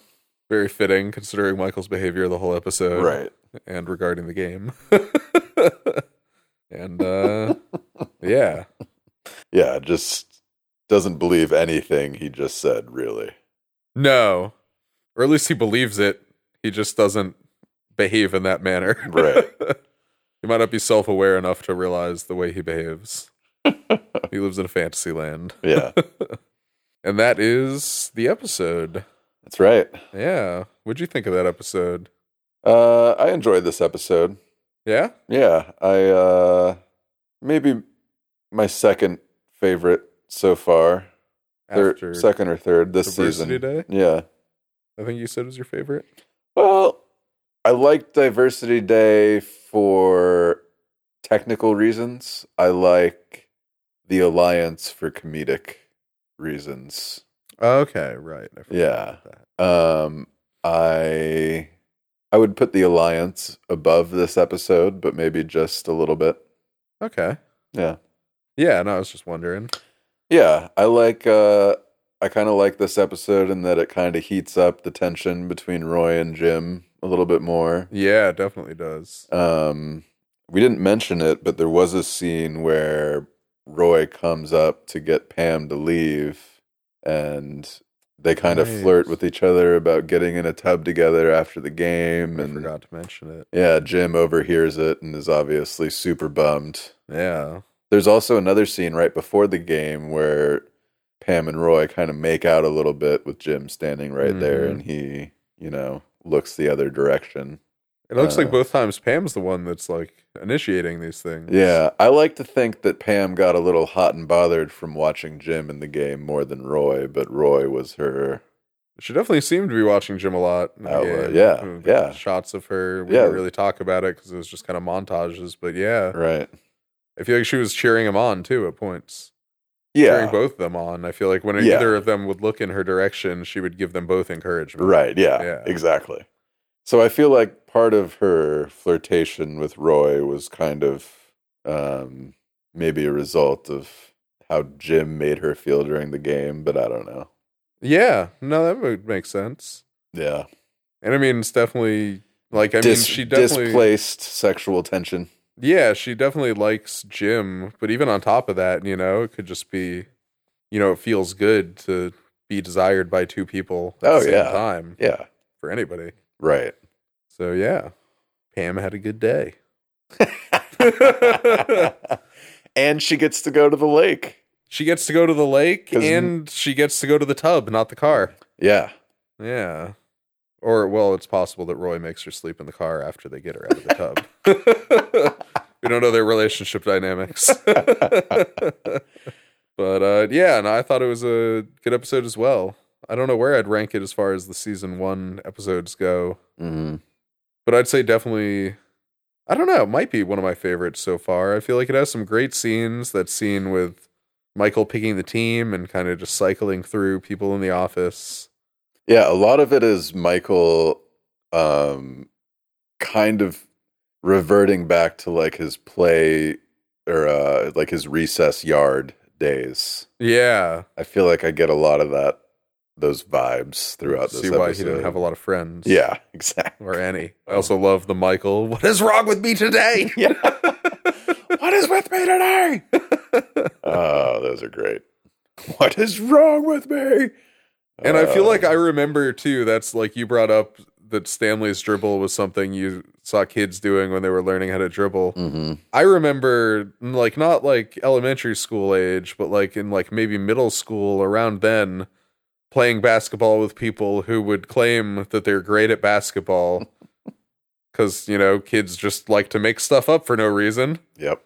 Speaker 3: Very fitting considering Michael's behavior the whole episode.
Speaker 4: Right.
Speaker 3: And regarding the game. and uh yeah.
Speaker 4: Yeah, just doesn't believe anything he just said, really.
Speaker 3: No. Or at least he believes it. He just doesn't behave in that manner.
Speaker 4: Right.
Speaker 3: he might not be self aware enough to realize the way he behaves. he lives in a fantasy land.
Speaker 4: Yeah.
Speaker 3: and that is the episode.
Speaker 4: That's right.
Speaker 3: Yeah. What'd you think of that episode?
Speaker 4: Uh, I enjoyed this episode.
Speaker 3: Yeah?
Speaker 4: Yeah, I uh maybe my second favorite so far. Thir-
Speaker 3: After
Speaker 4: second or third this
Speaker 3: Diversity
Speaker 4: season.
Speaker 3: Day?
Speaker 4: Yeah.
Speaker 3: I think you said it was your favorite.
Speaker 4: Well, I like Diversity Day for technical reasons. I like the Alliance for comedic reasons.
Speaker 3: Okay, right. I forgot
Speaker 4: Yeah. Um I I would put the Alliance above this episode, but maybe just a little bit.
Speaker 3: Okay.
Speaker 4: Yeah.
Speaker 3: Yeah, no, I was just wondering.
Speaker 4: Yeah, I like uh I kind of like this episode in that it kind of heats up the tension between Roy and Jim a little bit more.
Speaker 3: Yeah, it definitely does.
Speaker 4: Um we didn't mention it, but there was a scene where Roy comes up to get Pam to leave and they kind of
Speaker 3: Right.
Speaker 4: flirt with each other about getting in a tub together after the game
Speaker 3: I
Speaker 4: and
Speaker 3: forgot to mention it.
Speaker 4: yeah, Jim overhears it and is obviously super bummed.
Speaker 3: Yeah.
Speaker 4: There's also another scene right before the game where Pam and Roy kind of make out a little bit with Jim standing right there
Speaker 3: Mhm.
Speaker 4: and he, you know, looks the other direction.
Speaker 3: It looks
Speaker 4: Uh,
Speaker 3: like both times Pam's the one that's like initiating these things.
Speaker 4: Yeah, I like to think that Pam got a little hot and bothered from watching Jim in the game more than Roy, but Roy was her.
Speaker 3: She definitely seemed to be watching Jim a lot. in the
Speaker 4: Outlet,
Speaker 3: game.
Speaker 4: Oh, uh, yeah,
Speaker 3: Mm,
Speaker 4: yeah.
Speaker 3: Shots of her. We
Speaker 4: Yeah.
Speaker 3: didn't really talk about it because it was just kind of montages. But yeah,
Speaker 4: Right.
Speaker 3: I feel like she was cheering him on too at points.
Speaker 4: Yeah.
Speaker 3: Cheering both them on. I feel like when
Speaker 4: Yeah.
Speaker 3: either of them would look in her direction, she would give them both encouragement.
Speaker 4: Right. Yeah,
Speaker 3: Yeah.
Speaker 4: Exactly. So I feel like part of her flirtation with Roy was kind of um, maybe a result of how Jim made her feel during the game, but I don't know.
Speaker 3: Yeah. No, that would make sense.
Speaker 4: Yeah.
Speaker 3: And I mean, it's definitely like I
Speaker 4: Dis-
Speaker 3: mean, she definitely
Speaker 4: displaced sexual tension.
Speaker 3: Yeah, she definitely likes Jim, but even on top of that, you know, it could just be, you know, it feels good to be desired by two people at
Speaker 4: Oh,
Speaker 3: the same
Speaker 4: yeah.
Speaker 3: time.
Speaker 4: Yeah.
Speaker 3: For anybody.
Speaker 4: Right.
Speaker 3: So yeah. Pam had a good day.
Speaker 4: and she gets to go to the lake.
Speaker 3: She gets to go to the lake
Speaker 4: 'Cause-
Speaker 3: and she gets to go to the tub, not the car.
Speaker 4: Yeah.
Speaker 3: Yeah. Or well, it's possible that Roy makes her sleep in the car after they get her out of the tub. we don't know their relationship dynamics. but uh yeah, and I thought it was a good episode as well. I don't know where I'd rank it as far as the season 1 episodes go,
Speaker 4: Mm-hmm.
Speaker 3: but I'd say definitely I don't know, it might be one of my favorites so far. I feel like it has some great scenes, that scene with Michael picking the team and kind of just cycling through people in the office.
Speaker 4: Yeah, a lot of it is Michael um kind of reverting back to like his play or uh like his recess yard days.
Speaker 3: Yeah.
Speaker 4: I feel like I get a lot of that those vibes throughout this
Speaker 3: See why he
Speaker 4: episode.
Speaker 3: didn't have a lot of friends.
Speaker 4: Yeah, exactly.
Speaker 3: or Annie. I also love the Michael. What is wrong with me today?
Speaker 4: what is with me today? oh, those are great. What is wrong with me?
Speaker 3: And I feel
Speaker 4: Uh,
Speaker 3: like I remember too. That's like you brought up that Stanley's dribble was something you saw kids doing when they were learning how to dribble.
Speaker 4: mhm.
Speaker 3: I remember like not like elementary school age, but like in like maybe middle school around then playing basketball with people who would claim that they're great at basketball cuz you know, kids just like to make stuff up for no reason.
Speaker 4: Yep.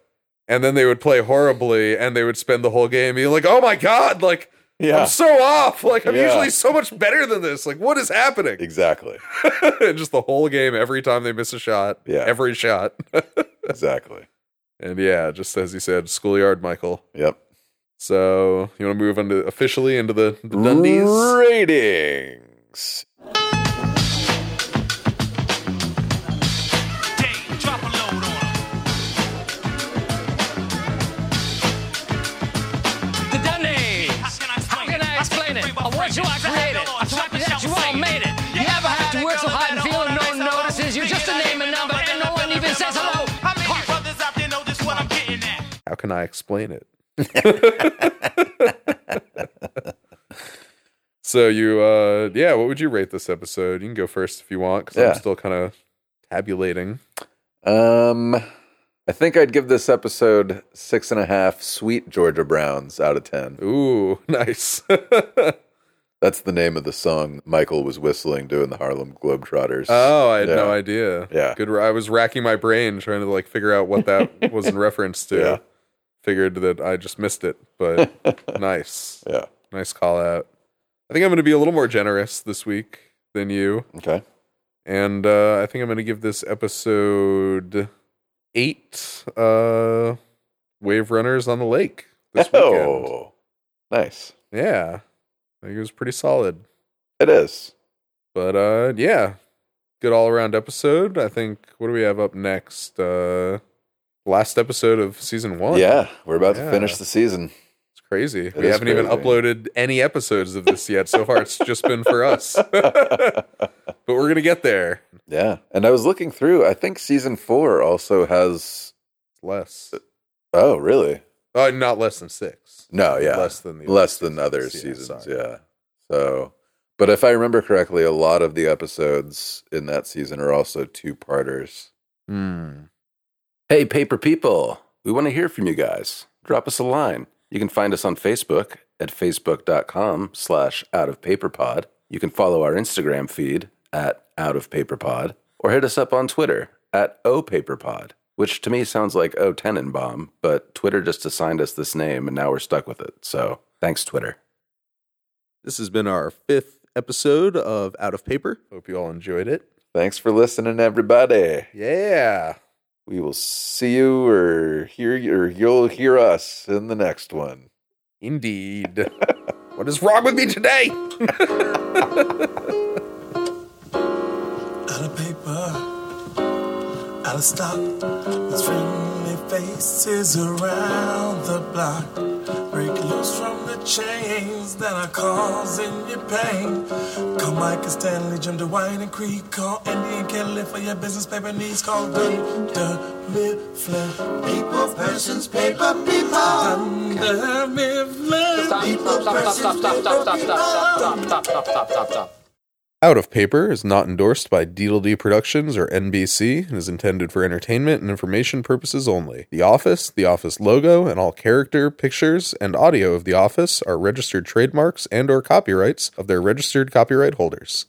Speaker 3: and then they would play horribly and they would spend the whole game being like oh my god like
Speaker 4: Yeah.
Speaker 3: i'm so off like i'm
Speaker 4: Yeah.
Speaker 3: usually so much better than this like what is happening
Speaker 4: Exactly.
Speaker 3: and just the whole game every time they miss a shot
Speaker 4: Yeah.
Speaker 3: every shot
Speaker 4: Exactly.
Speaker 3: and yeah just as you said schoolyard michael
Speaker 4: Yep.
Speaker 3: so you want to move on to officially into the, the dundies
Speaker 4: Ratings.
Speaker 8: The Dundies. How can I explain it? I want you, I created. I represent you, I made it. You never have to work so hard and feel no one notices. You're just a name and number, and no one even says hello.
Speaker 3: how can i explain it So you, uh, yeah, what would you rate this episode? You can go first if you want, because
Speaker 4: Yeah.
Speaker 3: I'm still kind of tabulating.
Speaker 4: Um, I think I'd give this episode six and a half sweet Georgia Browns out of ten.
Speaker 3: Ooh, nice.
Speaker 4: That's the name of the song Michael was whistling doing the Harlem Globetrotters.
Speaker 3: Oh, I had
Speaker 4: Yeah.
Speaker 3: no idea.
Speaker 4: Yeah.
Speaker 3: good. I was racking my brain trying to like figure out what that was in reference to.
Speaker 4: Yeah.
Speaker 3: Figured that I just missed it, but nice.
Speaker 4: Yeah,
Speaker 3: nice call out. I think I'm going to be a little more generous this week than you.
Speaker 4: Okay,
Speaker 3: and uh, I think I'm going to give this episode eight uh, wave runners on the lake this
Speaker 4: Oh, nice.
Speaker 3: Yeah, I think it was pretty solid.
Speaker 4: It is.
Speaker 3: But uh, yeah, good all around episode. I think. What do we have up next? Uh, last episode of season one.
Speaker 4: Yeah, we're about to finish the season.
Speaker 3: It's crazy.
Speaker 4: It
Speaker 3: we
Speaker 4: is
Speaker 3: haven't even
Speaker 4: crazy.
Speaker 3: uploaded any episodes of this yet. So far, it's just been for us. but we're gonna get there.
Speaker 4: Yeah. And I was looking through, I think season four also has
Speaker 3: less.
Speaker 4: Oh, really?
Speaker 3: Uh, not less than six.
Speaker 4: No, yeah.
Speaker 3: Less than the
Speaker 4: less than other seasons, yeah. So but if I remember correctly, a lot of the episodes in that season are also two parters.
Speaker 3: Hmm.
Speaker 17: Hey, paper people, we want to hear from you guys. Drop us a line. You can find us on Facebook at facebook.com slash out of paper pod. You can follow our Instagram feed at out of paper pod or hit us up on Twitter at opaperpod, which to me sounds like O Tenenbaum, but Twitter just assigned us this name and now we're stuck with it. So thanks, Twitter.
Speaker 3: This has been our fifth episode of Out of Paper. Hope you all enjoyed it.
Speaker 4: Thanks for listening, everybody.
Speaker 3: Yeah.
Speaker 4: We will see you or hear you or you'll hear us in the next one.
Speaker 3: Indeed. what is wrong with me today?
Speaker 1: out of paper, out of stock. There's friendly faces around the block. Break loose from the chains that are causing you pain. Call Mike and Stanley, Jim Dwight and Creek. Call Andy and Kelly for your business paper needs. Call Dunder Mifflin. People, persons, paper, people. Dunder Mifflin. People, persons, paper, people.
Speaker 5: Stop, stop, stop, stop, stop.
Speaker 3: Out of Paper is not endorsed by Deedledee Productions or NBC and is intended for entertainment and information purposes only. The Office, The Office logo, and all character, pictures, and audio of The Office are registered trademarks and or copyrights of their registered copyright holders.